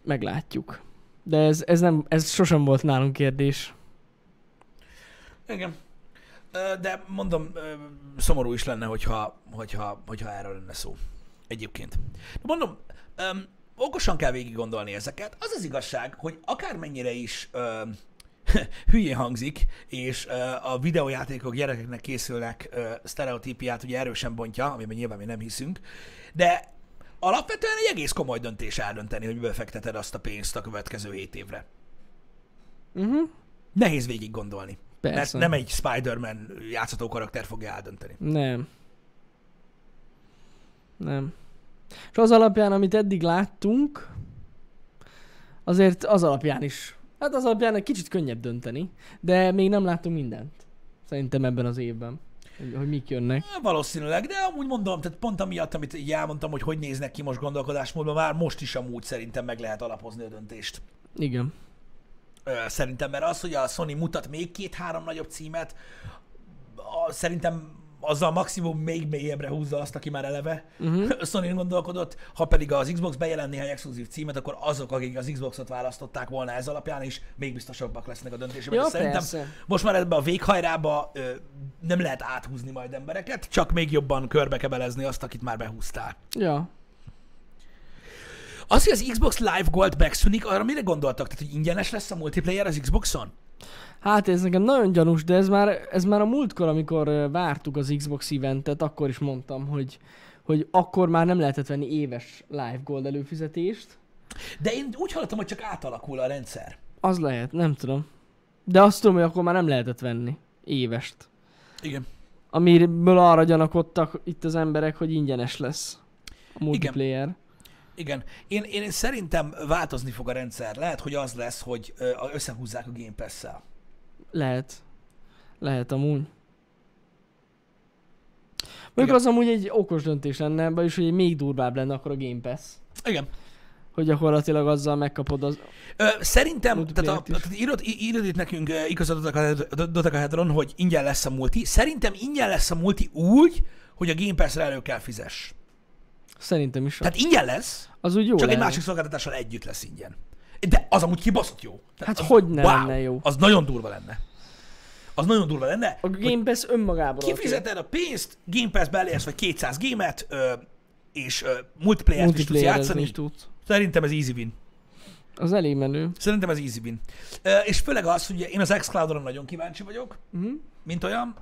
[SPEAKER 2] Meglátjuk. De ez, ez, nem, ez sosem volt nálunk kérdés.
[SPEAKER 1] Igen. Ö, De mondom, ö, szomorú is lenne, hogyha, hogyha, hogyha erről lenne szó. Egyébként. De mondom, öm, okosan kell végig gondolni ezeket. Az az igazság, hogy akármennyire is öm, hülyén hangzik, és ö, a videójátékok gyerekeknek készülnek ö, sztereotípiát ugye erősen bontja, amiben nyilván mi nem hiszünk, de alapvetően egy egész komoly döntés eldönteni, hogy miből fekteted azt a pénzt a következő 7 évre.
[SPEAKER 2] Uh-huh.
[SPEAKER 1] Nehéz végig gondolni.
[SPEAKER 2] Persze.
[SPEAKER 1] Mert nem egy Spider-Man játszható karakter fogja eldönteni.
[SPEAKER 2] Nem. Nem. És az alapján, amit eddig láttunk, azért az alapján is. Hát az alapján egy kicsit könnyebb dönteni, de még nem láttunk mindent. Szerintem ebben az évben, hogy, hogy mik jönnek.
[SPEAKER 1] Valószínűleg, de amúgy mondom, tehát pont amiatt, amit így elmondtam, hogy hogy néznek ki most gondolkodásmódban, már most is amúgy szerintem meg lehet alapozni a döntést.
[SPEAKER 2] Igen.
[SPEAKER 1] Ö, Szerintem, mert az, hogy a Sony mutat még két-három nagyobb címet, a- szerintem azzal maximum még mélyebbre húzza azt, aki már eleve uh-huh. sony gondolkodott, ha pedig az Xbox bejelent néhány exkluzív címet, akkor azok, akik az Xboxot választották volna ez alapján is, még biztosabbak lesznek a döntésében.
[SPEAKER 2] Ja,
[SPEAKER 1] És szerintem
[SPEAKER 2] persze.
[SPEAKER 1] most már ebbe a véghajrába ö, nem lehet áthúzni majd embereket, csak még jobban körbekebelezni azt, akit már behúztál.
[SPEAKER 2] Ja.
[SPEAKER 1] Az, hogy az Xbox Live Gold megszűnik, arra mire gondoltak? Tehát, hogy ingyenes lesz a multiplayer az Xboxon?
[SPEAKER 2] Hát ez nekem nagyon gyanús, de ez már, ez már a múltkor, amikor ö, vártuk az Xbox eventet, akkor is mondtam, hogy, hogy akkor már nem lehetett venni éves Live Gold előfizetést.
[SPEAKER 1] De én úgy hallottam, hogy csak átalakul a rendszer.
[SPEAKER 2] Az lehet, nem tudom. De azt tudom, hogy akkor már nem lehetett venni évest.
[SPEAKER 1] Igen.
[SPEAKER 2] Amiből arra gyanakodtak itt az emberek, hogy ingyenes lesz a multiplayer. Igen.
[SPEAKER 1] Igen. Én, én szerintem változni fog a rendszer. Lehet, hogy az lesz, hogy ö, a- összehúzzák a Game Pass-szel.
[SPEAKER 2] Lehet. Lehet amúgy.
[SPEAKER 1] Igen.
[SPEAKER 2] Mondjuk az amúgy egy okos döntés lenne ebben is, hogy még durvább lenne akkor a Game Pass.
[SPEAKER 1] Igen.
[SPEAKER 2] Hogy gyakorlatilag azzal megkapod az...
[SPEAKER 1] Ö, szerintem, tehát, a,
[SPEAKER 2] Multiplayer-t is.
[SPEAKER 1] tehát írod, í- írod itt nekünk ö, igazad a Dotakaheteron, hogy ingyen lesz a multi. Szerintem ingyen lesz a multi úgy, hogy a Game Pass-re elő kell fizess.
[SPEAKER 2] Szerintem is.
[SPEAKER 1] Tehát ingyen lesz,
[SPEAKER 2] az úgy jó
[SPEAKER 1] Hát, Csak
[SPEAKER 2] lenne.
[SPEAKER 1] egy másik szolgáltatással együtt lesz ingyen. De az amúgy kibaszott jó. Tehát
[SPEAKER 2] Hát
[SPEAKER 1] az,
[SPEAKER 2] hogy ne lenne jó?
[SPEAKER 1] Az nagyon durva lenne. Az nagyon durva lenne.
[SPEAKER 2] A Game Pass önmagában.
[SPEAKER 1] Kifizeted a pénzt, Game Pass beléhez vagy 200 gémet, ö, és ö, multiplayer-t is tudsz
[SPEAKER 2] multiplayer
[SPEAKER 1] játszani.
[SPEAKER 2] is tudsz.
[SPEAKER 1] Szerintem ez easy win.
[SPEAKER 2] Az elég menő.
[SPEAKER 1] Szerintem ez easy win. Ö, és főleg az, hogy én az xCloud-ra nagyon kíváncsi vagyok,
[SPEAKER 2] Mhm.
[SPEAKER 1] mint olyan,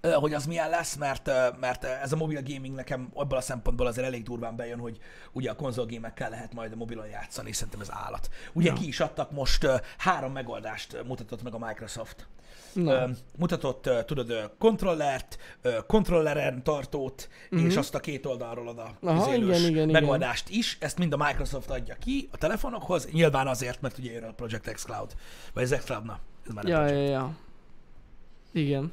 [SPEAKER 1] ö, hogy az milyen lesz, mert, ö, mert ez a mobil gaming nekem abban a szempontból azért elég durván bejön, hogy ugye a konzolgémekkel lehet majd a mobilon játszani, és szerintem ez állat. Ugye ki is adtak most ö, három megoldást, ö, mutatott meg a Microsoft.
[SPEAKER 2] Na.
[SPEAKER 1] Ö, mutatott, ö, tudod, ö, kontrollert, ö, kontrolleren tartót, és azt a két oldalról oda
[SPEAKER 2] Mhm. Aha,
[SPEAKER 1] az élős
[SPEAKER 2] igen, igen, igen.
[SPEAKER 1] megoldást is. Ezt mind a Microsoft adja ki a telefonokhoz, nyilván azért, mert ugye jön a Project X Cloud, vagy az X Cloud, na, ez már nem
[SPEAKER 2] ja,
[SPEAKER 1] Project.
[SPEAKER 2] ja, ja. Igen.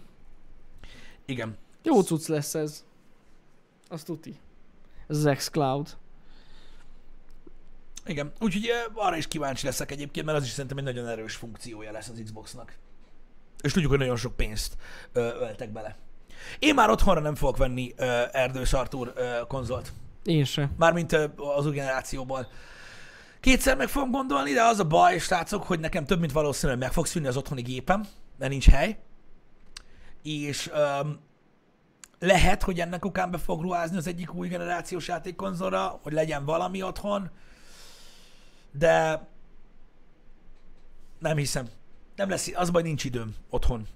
[SPEAKER 1] Igen.
[SPEAKER 2] Jó cucc lesz ez. Azt tuti. Ez az xCloud.
[SPEAKER 1] Igen, úgyhogy ö, arra is kíváncsi leszek egyébként, mert az is szerintem egy nagyon erős funkciója lesz az Xboxnak. És tudjuk, hogy nagyon sok pénzt ö, öltek bele. Én már otthonra nem fogok venni ö, Erdős Artúr ö, konzolt.
[SPEAKER 2] Én se.
[SPEAKER 1] Mármint ö, az új generációból. Kétszer meg fogom gondolni, de az a baj, srácok, hogy nekem több mint valószínű, hogy meg fog szűnni az otthoni gépem, mert nincs hely. És öm, lehet, hogy ennek okán be fog ruházni az egyik új generációs játékkonzolra, hogy legyen valami otthon, de nem hiszem. Nem lesz, az baj nincs időm otthon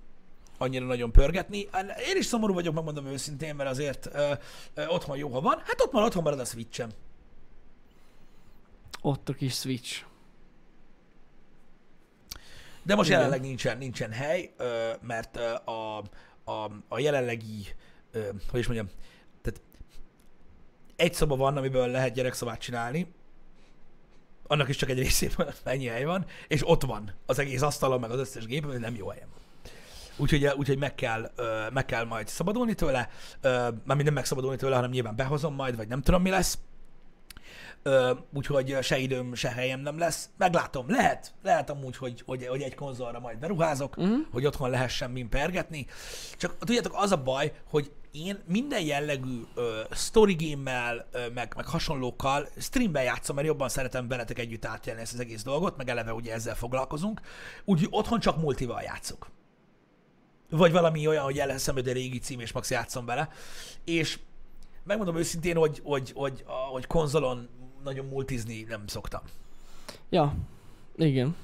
[SPEAKER 1] annyira nagyon pörgetni. Hát Én is szomorú vagyok, megmondom őszintén, mert azért ö, ö, otthon jó, ha van. Hát ott már otthon marad a switchem.
[SPEAKER 2] Ott a kis Switch.
[SPEAKER 1] De most
[SPEAKER 2] Igen.
[SPEAKER 1] jelenleg nincsen, nincsen hely, ö, mert ö, a, a, a jelenlegi, ö, hogy is mondjam, tehát egy szoba van, amiből lehet gyerekszobát csinálni, annak is csak egy részében ennyi hely van, és ott van az egész asztalon, meg az összes gép, ami nem jó helyen van. Úgyhogy, ö, úgyhogy meg, kell, ö, meg kell majd szabadulni tőle, ö, mármint nem megszabadulni tőle, hanem nyilván behozom majd, vagy nem tudom mi lesz. Ö, úgyhogy ö, se időm, se helyem nem lesz. Meglátom, lehet, lehet amúgy, hogy, hogy, hogy egy konzolra majd beruházok, uh-huh. hogy otthon lehessen min pergetni. Csak tudjátok, az a baj, hogy én minden jellegű ö, story game-mel, ö, meg, meg hasonlókkal streamben játszom, mert jobban szeretem veletek együtt átélni ezt az egész dolgot, meg eleve ugye ezzel foglalkozunk. Úgyhogy otthon csak multival játszok. Vagy valami olyan, hogy eleszem, hogy egy régi cím, és max játszom vele. És megmondom őszintén, hogy, hogy, hogy, a- hogy konzolon nagyon multizni nem szoktam.
[SPEAKER 2] Ja. Igen.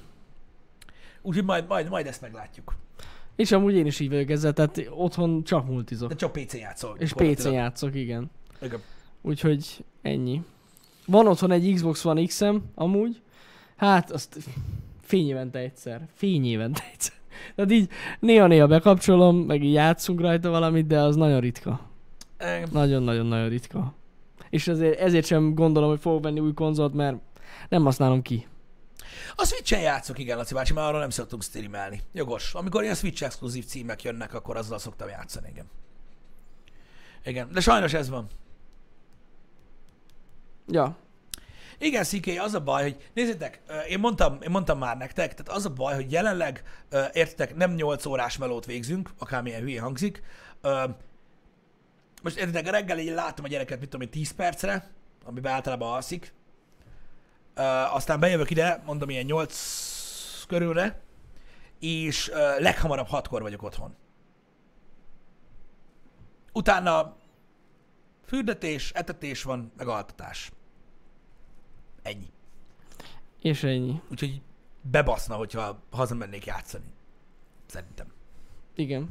[SPEAKER 1] Úgyhogy majd, majd, majd ezt meglátjuk.
[SPEAKER 2] És amúgy én is így vagyok ezzel, tehát otthon csak multizok.
[SPEAKER 1] De csak PC játszol.
[SPEAKER 2] És PC
[SPEAKER 1] gyakorlatilag.
[SPEAKER 2] játszok, igen.
[SPEAKER 1] Igen.
[SPEAKER 2] Úgyhogy ennyi. Van otthon egy Xbox One X-em, amúgy. Hát, azt fényévente egyszer. Fényévente egyszer. Tehát így néha-néha bekapcsolom, meg így játszunk rajta valamit, de az nagyon ritka.
[SPEAKER 1] Igen.
[SPEAKER 2] Nagyon-nagyon-nagyon ritka. És ezért, ezért sem gondolom, hogy fogok venni új konzolt, mert nem használom ki.
[SPEAKER 1] A Switch-en játszok, igen, Laci bácsi, már arról nem szoktunk streamelni. Jogos. Amikor ilyen Switch exkluzív címek jönnek, akkor azzal szoktam játszani, igen. Igen, de sajnos ez van.
[SPEAKER 2] Ja.
[SPEAKER 1] Igen, Sziké, az a baj, hogy nézzétek, ö, én mondtam, én mondtam már nektek, tehát az a baj, hogy jelenleg, ö, értitek, nem 8 órás melót végzünk, akármilyen hülye hangzik. Ö, Most értitek, reggel így látom a gyereket, mit tudom én, 10 percre, amiben általában alszik. Ö, Aztán bejövök ide, mondom ilyen 8 körülre, és ö, leghamarabb 6-kor vagyok otthon. Utána fürdetés, etetés van, meg altatás. Ennyi.
[SPEAKER 2] És ennyi.
[SPEAKER 1] Úgyhogy bebaszna, hogyha hazamennék játszani. Szerintem.
[SPEAKER 2] Igen.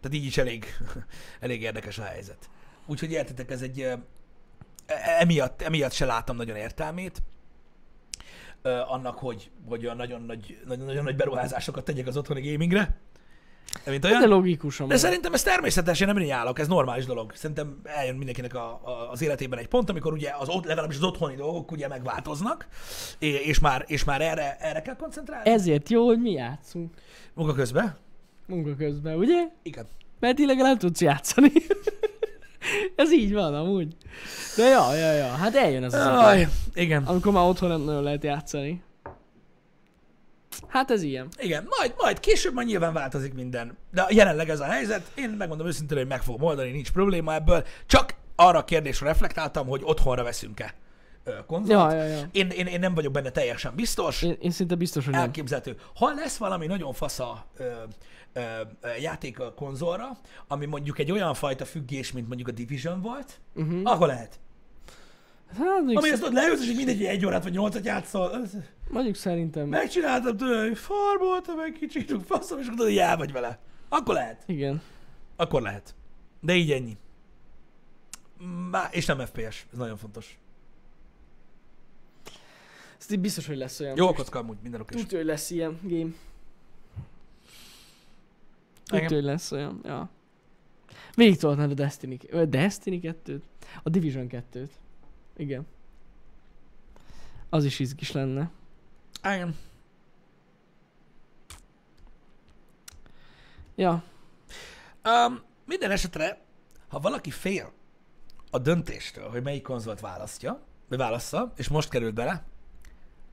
[SPEAKER 1] Tehát így is elég, elég érdekes a helyzet. Úgyhogy értitek, ez egy... ö, e- Emiatt, emiatt se látom nagyon értelmét, ö, annak, hogy, hogy olyan nagyon nagy, nagyon, nagyon nagy beruházásokat tegyek az otthoni gamingre. De Mint
[SPEAKER 2] De
[SPEAKER 1] olyan.
[SPEAKER 2] logikus amúgy.
[SPEAKER 1] De szerintem ez természetes, én nem rinyálok, ez normális dolog. Szerintem eljön mindenkinek a, a, az életében egy pont, amikor ugye az ott, legalábbis az otthoni dolgok ugye megváltoznak, é- és már, és már erre, erre kell koncentrálni. Ez...
[SPEAKER 2] Ezért jó, hogy mi játszunk
[SPEAKER 1] Munka közben?
[SPEAKER 2] munka közben, ugye?
[SPEAKER 1] Igen.
[SPEAKER 2] Mert így legalább tudsz játszani. Ez így van amúgy. De ja, ja, ja. Hát eljön ez az a
[SPEAKER 1] Aj, igen.
[SPEAKER 2] Amikor már otthon nem nagyon lehet játszani. Hát ez ilyen.
[SPEAKER 1] Igen, majd, majd később majd nyilván változik minden. De jelenleg ez a helyzet, én megmondom őszintén, hogy meg fogom oldani, nincs probléma ebből. Csak arra a kérdésre reflektáltam, hogy otthonra veszünk-e ö, konzolt.
[SPEAKER 2] Ja, ja, ja.
[SPEAKER 1] Én, én, én nem vagyok benne teljesen biztos.
[SPEAKER 2] Én, én szinte biztos, hogy nem.
[SPEAKER 1] elképzelhető. Ha lesz valami nagyon fasza ö, ö, ö, játék a konzolra, ami mondjuk egy olyan fajta függés, mint mondjuk a Division volt,
[SPEAKER 2] Mhm.
[SPEAKER 1] uh-huh. akkor lehet.
[SPEAKER 2] Hát, mondjuk,
[SPEAKER 1] Ami
[SPEAKER 2] sz-
[SPEAKER 1] ezt ott leülsz, és mindegy egy órát vagy nyolcat játszol. az-
[SPEAKER 2] mondjuk szerintem.
[SPEAKER 1] Megcsináltam tőle, hogy farmoltam egy kicsit, faszom, és akkor el vagy vele. Akkor lehet.
[SPEAKER 2] Igen.
[SPEAKER 1] Akkor lehet. De így ennyi. Má, és nem FPS, ez nagyon fontos.
[SPEAKER 2] Ez így biztos, hogy lesz olyan.
[SPEAKER 1] Jó a kocka amúgy, minden okés.
[SPEAKER 2] Tudja, hogy lesz ilyen game.
[SPEAKER 1] Igen.
[SPEAKER 2] Tudja, hogy lesz olyan. Ja. Végig toltnád a Destiny, ö, Destiny 2-t? A Division 2-t. Igen. Az is izgis lenne.
[SPEAKER 1] Igen.
[SPEAKER 2] Ja.
[SPEAKER 1] Um, minden esetre, ha valaki fél a döntéstől, hogy melyik konzolt választja, vagy válassza, és most került bele,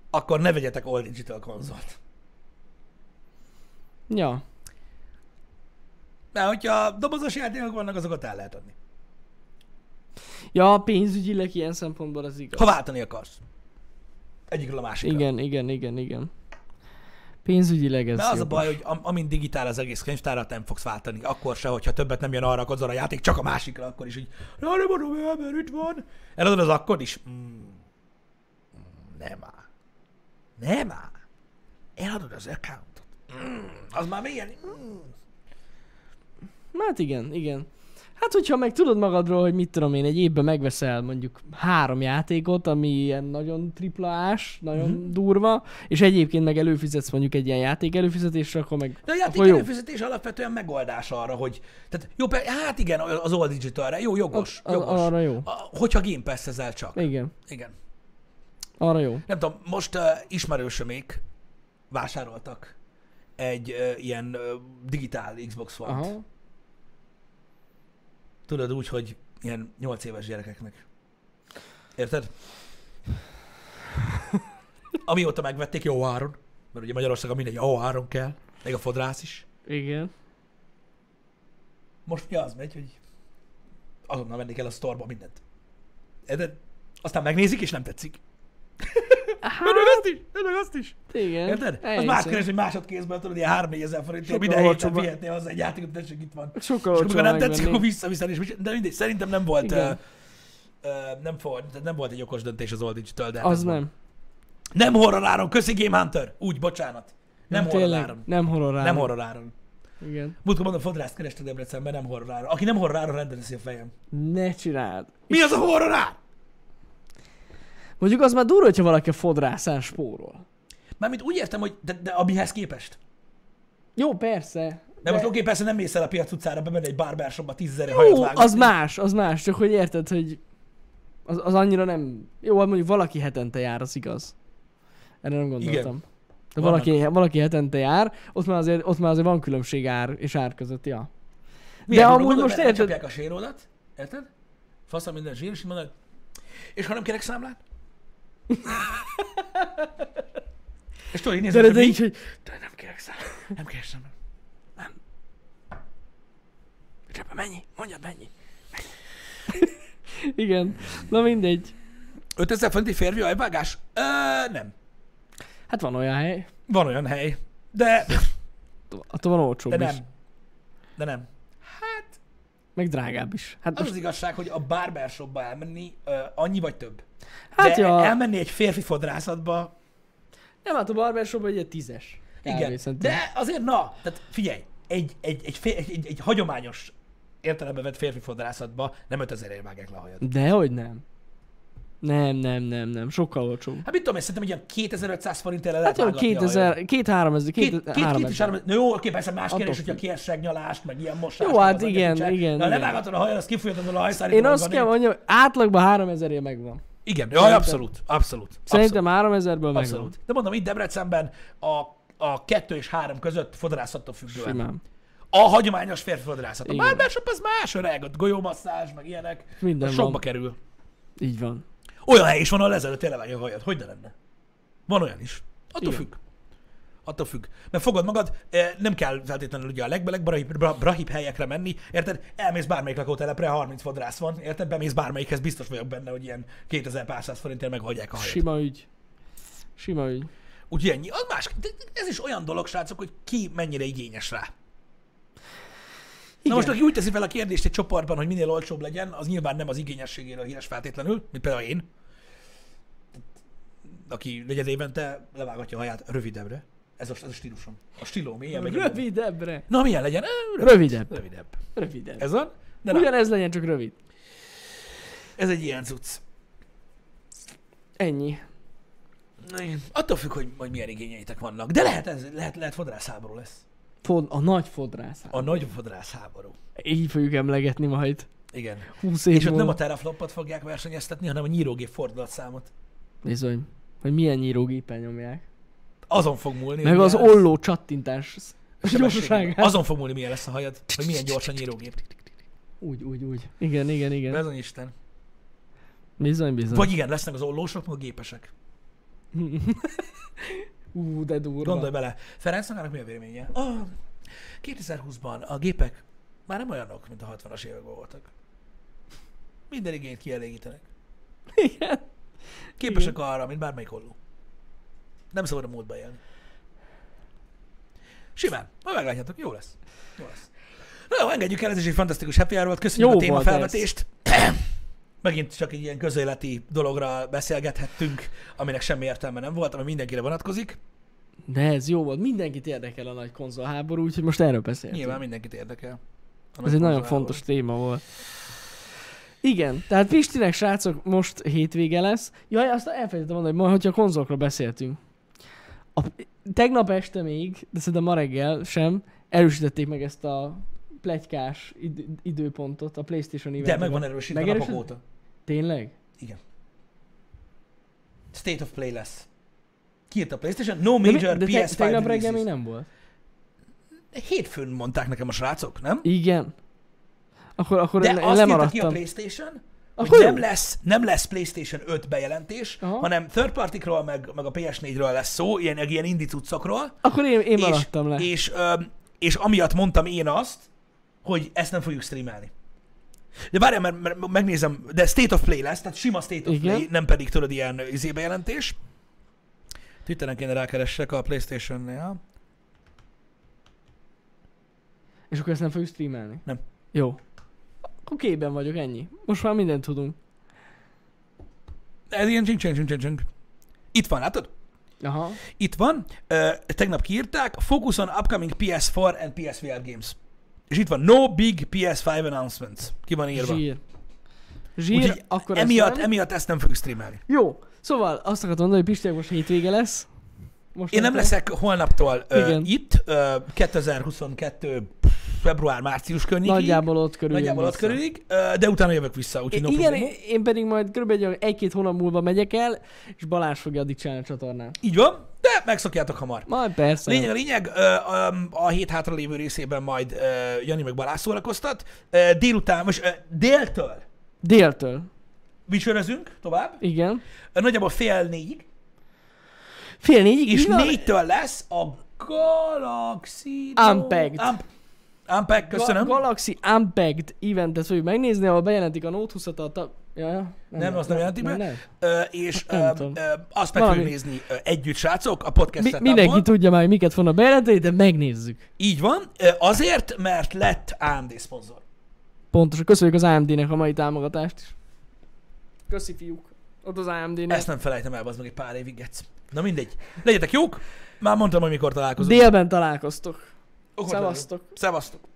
[SPEAKER 1] akkor ne vegyetek all digital konzolt.
[SPEAKER 2] Ja.
[SPEAKER 1] Mert hogyha dobozos játékok vannak, azokat el lehet adni.
[SPEAKER 2] Ja, pénzügyileg ilyen szempontból az igaz.
[SPEAKER 1] Ha váltani akarsz. Egyikről a másikra.
[SPEAKER 2] Igen, igen, igen, igen. Pénzügyileg ez
[SPEAKER 1] Mert az a
[SPEAKER 2] jobb.
[SPEAKER 1] baj, hogy am- amint digitál az egész könyvtárat, nem fogsz váltani. Akkor se, hogyha többet nem jön arra a konzolra a játék, csak a másikra, akkor is így, na nem adom el, mert itt van. Eladod az akkor is? Mm. Mm, Nem áll. Nem áll. Eladod az accountot. Mm. Az már milyen? Mm.
[SPEAKER 2] Hát igen, igen. Hát hogyha meg tudod magadról, hogy mit tudom én, egy évben megveszel mondjuk három játékot, ami ilyen nagyon triplaás, nagyon
[SPEAKER 1] Mhm.
[SPEAKER 2] mm-hmm. durva, és egyébként meg előfizetsz mondjuk egy ilyen játék előfizetésre, akkor meg
[SPEAKER 1] De a játék
[SPEAKER 2] akkor jó.
[SPEAKER 1] előfizetés alapvetően megoldás arra, hogy... Tehát jó, per- hát igen, az old digitalra, jó, jogos,
[SPEAKER 2] A- a-
[SPEAKER 1] jogos.
[SPEAKER 2] arra jó.
[SPEAKER 1] A, hogyha Game Pass ezzel csak.
[SPEAKER 2] Igen,
[SPEAKER 1] Igen.
[SPEAKER 2] arra jó.
[SPEAKER 1] Nem tudom, most uh, ismerősömék vásároltak egy uh, ilyen uh, digitál Xbox One-t.
[SPEAKER 2] Aha.
[SPEAKER 1] Tudod úgy, hogy ilyen 8 éves gyerekeknek. Érted? Amióta megvették jó áron, mert ugye Magyarországon mindegy jó áron kell, még a fodrász is.
[SPEAKER 2] Igen.
[SPEAKER 1] Most ugye az megy, hogy azonnal venni kell a sztorba mindent. Érted? Aztán megnézik, és nem tetszik. Hát, meg azt is, de meg azt is.
[SPEAKER 2] Igen.
[SPEAKER 1] Érted? Az
[SPEAKER 2] Elhiszem.
[SPEAKER 1] más kérdés, hogy másodkézben tudod, ilyen 3 ezer forintért
[SPEAKER 2] Sokkal
[SPEAKER 1] minden héten
[SPEAKER 2] olcsóbban.
[SPEAKER 1] vihetnél hozzá egy játékot, hogy tessék itt van. És
[SPEAKER 2] Sokkal
[SPEAKER 1] akkor, amikor
[SPEAKER 2] olcsóan
[SPEAKER 1] nem tetszik, akkor
[SPEAKER 2] megvenni.
[SPEAKER 1] visszaviszed, és mit- de mindegy, szerintem nem volt,
[SPEAKER 2] Igen.
[SPEAKER 1] uh, uh, nem, for, tehát nem volt egy okos döntés az Old Digital, de hát
[SPEAKER 2] Az
[SPEAKER 1] ez van.
[SPEAKER 2] nem.
[SPEAKER 1] Nem horroráron, köszi Game Hunter! Úgy, bocsánat. Nem,
[SPEAKER 2] tényleg.
[SPEAKER 1] horroráron.
[SPEAKER 2] Nem horroráron.
[SPEAKER 1] Nem horroráron.
[SPEAKER 2] Igen.
[SPEAKER 1] Múltkor mondom, fodrászt kerested Debrecenben, nem horroráron. Aki nem horroráron, rendelezi a fejem.
[SPEAKER 2] Ne csináld.
[SPEAKER 1] Mi az a horrorár?
[SPEAKER 2] Mondjuk az már durva, hogyha valaki a fodrászán spórol.
[SPEAKER 1] Mármint úgy értem, hogy de, de amihez képest.
[SPEAKER 2] Jó, persze.
[SPEAKER 1] De, most oké, persze nem mész el a piac utcára, bemenni egy barbershopba tízezer hajat
[SPEAKER 2] Jó,
[SPEAKER 1] vágatni.
[SPEAKER 2] az más, az más, csak hogy érted, hogy az, az annyira nem... Jó, hát mondjuk valaki hetente jár, az igaz. Erre nem gondoltam. Igen. De
[SPEAKER 1] Vannak.
[SPEAKER 2] valaki, valaki hetente jár, ott már, azért, ott már azért van különbség ár és ár között, ja.
[SPEAKER 1] Milyen durva,
[SPEAKER 2] De amúgy
[SPEAKER 1] gondolj
[SPEAKER 2] most
[SPEAKER 1] bele,
[SPEAKER 2] érted...
[SPEAKER 1] Lecsapják a séródat, érted? Faszom minden zsír, és így mondanak, és ha nem kérek számlát? és tudod, így nézem,
[SPEAKER 2] De, de,
[SPEAKER 1] hogy
[SPEAKER 2] de
[SPEAKER 1] mi?
[SPEAKER 2] így, hogy
[SPEAKER 1] De nem kérek számlát. Nem kérek számlát.
[SPEAKER 2] Csaba, mennyi? Mondja, mennyi? Igen. Na mindegy.
[SPEAKER 1] 5000 forint egy férfi ajvágás? Ö, nem.
[SPEAKER 2] Hát van olyan hely.
[SPEAKER 1] Van olyan hely. De,
[SPEAKER 2] Attól van olcsóbb
[SPEAKER 1] de
[SPEAKER 2] is.
[SPEAKER 1] nem. De nem. Hát,
[SPEAKER 2] Meg drágább is. Hát
[SPEAKER 1] az
[SPEAKER 2] most,
[SPEAKER 1] az igazság, hogy a barbershopba elmenni ö, annyi vagy több.
[SPEAKER 2] hát
[SPEAKER 1] de
[SPEAKER 2] ja,
[SPEAKER 1] elmenni egy férfi fodrászatba,
[SPEAKER 2] nem hát a barbershopban egy ilyen tízes.
[SPEAKER 1] Igen,
[SPEAKER 2] kávészentén.
[SPEAKER 1] de azért na, tehát figyelj, egy, egy, egy, fér, egy, egy, egy hagyományos értelemben vett férfi fodrászatba nem 5000 ér vágják le a hajad.
[SPEAKER 2] Dehogy nem. Nem, nem, nem, nem. Sokkal olcsóbb.
[SPEAKER 1] Hát mit tudom én, szerintem egy ilyen 2500 forint erre
[SPEAKER 2] Hát
[SPEAKER 1] lehet
[SPEAKER 2] olyan
[SPEAKER 1] vágatni a hajad.
[SPEAKER 2] 2000, 2-3 ezer,
[SPEAKER 1] Két, két, két, két is
[SPEAKER 2] 2-3
[SPEAKER 1] három, na jó, oké, persze más
[SPEAKER 2] Attól
[SPEAKER 1] kérdés, hogyha
[SPEAKER 2] függ.
[SPEAKER 1] kierseg nyalást, meg ilyen mosást.
[SPEAKER 2] Jó,
[SPEAKER 1] meg
[SPEAKER 2] hát
[SPEAKER 1] az agya
[SPEAKER 2] igen,
[SPEAKER 1] nincsen.
[SPEAKER 2] igen,
[SPEAKER 1] Na,
[SPEAKER 2] igen.
[SPEAKER 1] levágatod a hajad, az kifújhatod a hajszárító.
[SPEAKER 2] Én azt kell mondjam, hogy átlagban 3000 ér megvan.
[SPEAKER 1] Igen, jaj, abszolút, abszolút.
[SPEAKER 2] Szerintem 3000-ből megvan.
[SPEAKER 1] Abszolút. De mondom, itt Debrecenben a, a kettő és három között fodrászattól függően.
[SPEAKER 2] Simán.
[SPEAKER 1] A hagyományos férfi fodrászat. A
[SPEAKER 2] Igen.
[SPEAKER 1] barbershop az más öreg, ott golyómasszázs, meg ilyenek.
[SPEAKER 2] Minden
[SPEAKER 1] az sokba
[SPEAKER 2] van.
[SPEAKER 1] kerül.
[SPEAKER 2] Így van.
[SPEAKER 1] Olyan hely is van, ahol ezelőtt elvágja a hajad. Hogy ne lenne? Van olyan is. Attól
[SPEAKER 2] Igen.
[SPEAKER 1] függ. Attól függ. Mert fogod magad, eh, nem kell feltétlenül ugye a legbeleg brahip, bra- brahip helyekre menni, érted? Elmész bármelyik lakótelepre, 30 fodrász van, érted? Bemész bármelyikhez, biztos vagyok benne, hogy ilyen 2000 pár száz forintért meghagyják a hajat.
[SPEAKER 2] Sima ügy. Sima ügy.
[SPEAKER 1] Úgyhogy ennyi. Az más, de ez is olyan dolog, srácok, hogy ki mennyire igényes rá. Igen. Na most, aki úgy teszi fel a kérdést egy csoportban, hogy minél olcsóbb legyen, az nyilván nem az igényességéről híres feltétlenül, mint például én, aki negyed évente levágatja a haját rövidebbre. Ez a, ez a stílusom. A stílom, ilyen meg ilyen.
[SPEAKER 2] Rövidebbre.
[SPEAKER 1] Na, milyen legyen? Ö,
[SPEAKER 2] Rövidebb.
[SPEAKER 1] Rövidebb.
[SPEAKER 2] Rövidebb.
[SPEAKER 1] Ez van? De na,
[SPEAKER 2] Ugyanez legyen, csak rövid.
[SPEAKER 1] ez egy ilyen cucc.
[SPEAKER 2] Ennyi.
[SPEAKER 1] Igen. Attól függ, hogy, hogy milyen igényeitek vannak. De lehet, ez, lehet, lehet fodrászháború lesz.
[SPEAKER 2] Fod, a nagy fodrász.
[SPEAKER 1] A nagy fodrászháború.
[SPEAKER 2] Így fogjuk emlegetni majd.
[SPEAKER 1] Igen.
[SPEAKER 2] 20 év
[SPEAKER 1] És ott
[SPEAKER 2] múlva.
[SPEAKER 1] nem a teraflopot fogják versenyeztetni, hanem a nyírógép fordulatszámot.
[SPEAKER 2] Bizony. Hogy milyen nyírógépen nyomják.
[SPEAKER 1] Azon fog múlni. hogy
[SPEAKER 2] Meg az
[SPEAKER 1] milyen lesz
[SPEAKER 2] olló Hát, csattintás
[SPEAKER 1] a sebességed.
[SPEAKER 2] gyorsaságát.
[SPEAKER 1] Azon fog múlni, milyen lesz a hajad, hogy milyen gyors a nyírógép.
[SPEAKER 2] Úgy, úgy, úgy. Igen, igen, igen.
[SPEAKER 1] Bezony Isten.
[SPEAKER 2] Bizony, bizony.
[SPEAKER 1] Vagy igen, lesznek az ollósok, meg a gépesek.
[SPEAKER 2] Ú, de durva.
[SPEAKER 1] Gondolj bele. Ferenc magának mi a véleménye? A 2020-ban a gépek már nem olyanok, mint a 60-as években voltak. Minden igényt kielégítenek.
[SPEAKER 2] Igen.
[SPEAKER 1] Képesek arra, mint bármelyik olló. Nem szabad a múltba élni. Simán. Majd meglátjátok. Jó lesz. Jó lesz. Na jó, engedjük el, ez is egy fantasztikus happy hour volt. Köszönjük
[SPEAKER 2] Jó
[SPEAKER 1] a téma
[SPEAKER 2] volt ez.
[SPEAKER 1] felvetést. Megint csak egy ilyen közéleti dologra beszélgethettünk, aminek semmi értelme nem volt, ami mindenkire vonatkozik.
[SPEAKER 2] De ez jó volt. Mindenkit érdekel a nagy konzolháború, úgyhogy most erről beszéltünk.
[SPEAKER 1] Nyilván mindenkit érdekel. A
[SPEAKER 2] Ez egy nagyon
[SPEAKER 1] konzolháború.
[SPEAKER 2] fontos téma volt. Igen, tehát Pistinek srácok most hétvége lesz. Jaj, azt elfelejtettem mondani, hogy ma, hogyha konzolokról beszéltünk. A, tegnap este még, de szerintem ma reggel sem, erősítették meg ezt a plegykás id- időpontot a Playstation
[SPEAKER 1] De
[SPEAKER 2] eventben.
[SPEAKER 1] meg van erősítve a napok
[SPEAKER 2] Megerősöd-
[SPEAKER 1] óta.
[SPEAKER 2] Tényleg?
[SPEAKER 1] State of Play lesz. Kiírt a PlayStation, no
[SPEAKER 2] De mi-
[SPEAKER 1] major
[SPEAKER 2] de te,
[SPEAKER 1] PS5
[SPEAKER 2] tegnap reggel
[SPEAKER 1] releases.
[SPEAKER 2] még nem volt.
[SPEAKER 1] Hétfőn mondták nekem a srácok, nem?
[SPEAKER 2] Igen. Akkor, akkor
[SPEAKER 1] De
[SPEAKER 2] én, én
[SPEAKER 1] azt írta ki a
[SPEAKER 2] lemaradtam.
[SPEAKER 1] PlayStation, hogy
[SPEAKER 2] Akkor jó.
[SPEAKER 1] nem lesz, nem lesz PlayStation 5 bejelentés, Aha.
[SPEAKER 2] Aha.
[SPEAKER 1] hanem third partikról, meg, meg a PS4-ről lesz szó, ilyen, meg ilyen indi cuccokról.
[SPEAKER 2] Akkor én, én
[SPEAKER 1] És,
[SPEAKER 2] maradtam le.
[SPEAKER 1] és, öm, és amiatt mondtam én azt, hogy ezt nem fogjuk streamelni. De várjál, mert, mert megnézem, de State of Play lesz, tehát sima State of
[SPEAKER 2] Igen.
[SPEAKER 1] Play, nem pedig tudod ilyen izé bejelentés. Twitteren kéne rákeressek a Playstation-nél.
[SPEAKER 2] És akkor ezt nem fogjuk streamelni?
[SPEAKER 1] Nem.
[SPEAKER 2] Jó. Akkor képben vagyok, ennyi. Most már mindent tudunk.
[SPEAKER 1] Ez ilyen csing csing csing csing csing. Itt van, látod?
[SPEAKER 2] Aha.
[SPEAKER 1] Itt van, ö, tegnap kiírták, Focus on upcoming PS4 and PSVR games. És itt van, no big PS5 announcements. Ki van írva.
[SPEAKER 2] Zsír. Zsír,
[SPEAKER 1] Úgyhogy
[SPEAKER 2] akkor ezt
[SPEAKER 1] emiatt,
[SPEAKER 2] nem.
[SPEAKER 1] emiatt ezt nem fogjuk streamelni.
[SPEAKER 2] Jó. Szóval azt akartam mondani, hogy Pistiak most hétvége lesz. Most
[SPEAKER 1] Én nem leszek holnaptól ö,
[SPEAKER 2] Igen.
[SPEAKER 1] itt, ö, 2022 február-március környékig.
[SPEAKER 2] Nagyjából ott körül.
[SPEAKER 1] Nagyjából
[SPEAKER 2] jön
[SPEAKER 1] ott
[SPEAKER 2] vissza.
[SPEAKER 1] körülig, ö, de utána jövök vissza, úgyhogy
[SPEAKER 2] Én,
[SPEAKER 1] no
[SPEAKER 2] igen,
[SPEAKER 1] probléma.
[SPEAKER 2] én pedig majd kb. egy- egy-két hónap múlva megyek el, és Balázs fogja addig csinálni a csatornát.
[SPEAKER 1] Így van, de megszokjátok hamar.
[SPEAKER 2] Majd persze.
[SPEAKER 1] Lényeg a lényeg, ö, öm, a hét hátra lévő részében majd ö, Jani meg Balázs szórakoztat. Ö, Délután, most ö, déltől
[SPEAKER 2] Déltől.
[SPEAKER 1] vicsörözünk tovább,
[SPEAKER 2] Igen.
[SPEAKER 1] nagyjából fél négyig,
[SPEAKER 2] Fél négyig
[SPEAKER 1] és
[SPEAKER 2] így van?
[SPEAKER 1] négytől lesz a Galaxy...
[SPEAKER 2] Unpacked.
[SPEAKER 1] Amp... Unpacked, köszönöm.
[SPEAKER 2] Ga- Galaxy Unpacked eventet fogjuk megnézni, ahol bejelentik a Note 20-at a... Ta- ja, ja.
[SPEAKER 1] Nem, azt nem jelentik be.
[SPEAKER 2] nem.
[SPEAKER 1] Ö, és
[SPEAKER 2] Nem
[SPEAKER 1] ö,
[SPEAKER 2] tudom.
[SPEAKER 1] ö, azt meg fogjuk
[SPEAKER 2] Valami.
[SPEAKER 1] nézni ö, együtt, srácok, a
[SPEAKER 2] Mi,
[SPEAKER 1] podcast
[SPEAKER 2] mindenki
[SPEAKER 1] setupból.
[SPEAKER 2] tudja már, hogy miket fognak bejelenteni, de megnézzük.
[SPEAKER 1] Így van, ö, azért, mert lett AMD szponzor.
[SPEAKER 2] Pontosan. Köszönjük az AMD-nek a mai támogatást is. Köszi fiúk. Ott az AMD-nek.
[SPEAKER 1] Ezt nem felejtem el, az meg egy pár évig getsz. Na mindegy. Legyetek jók, Már mondtam, hogy mikor találkozunk.
[SPEAKER 2] Délben találkoztok.
[SPEAKER 1] Okot
[SPEAKER 2] Szevasztok.
[SPEAKER 1] Szevasztok.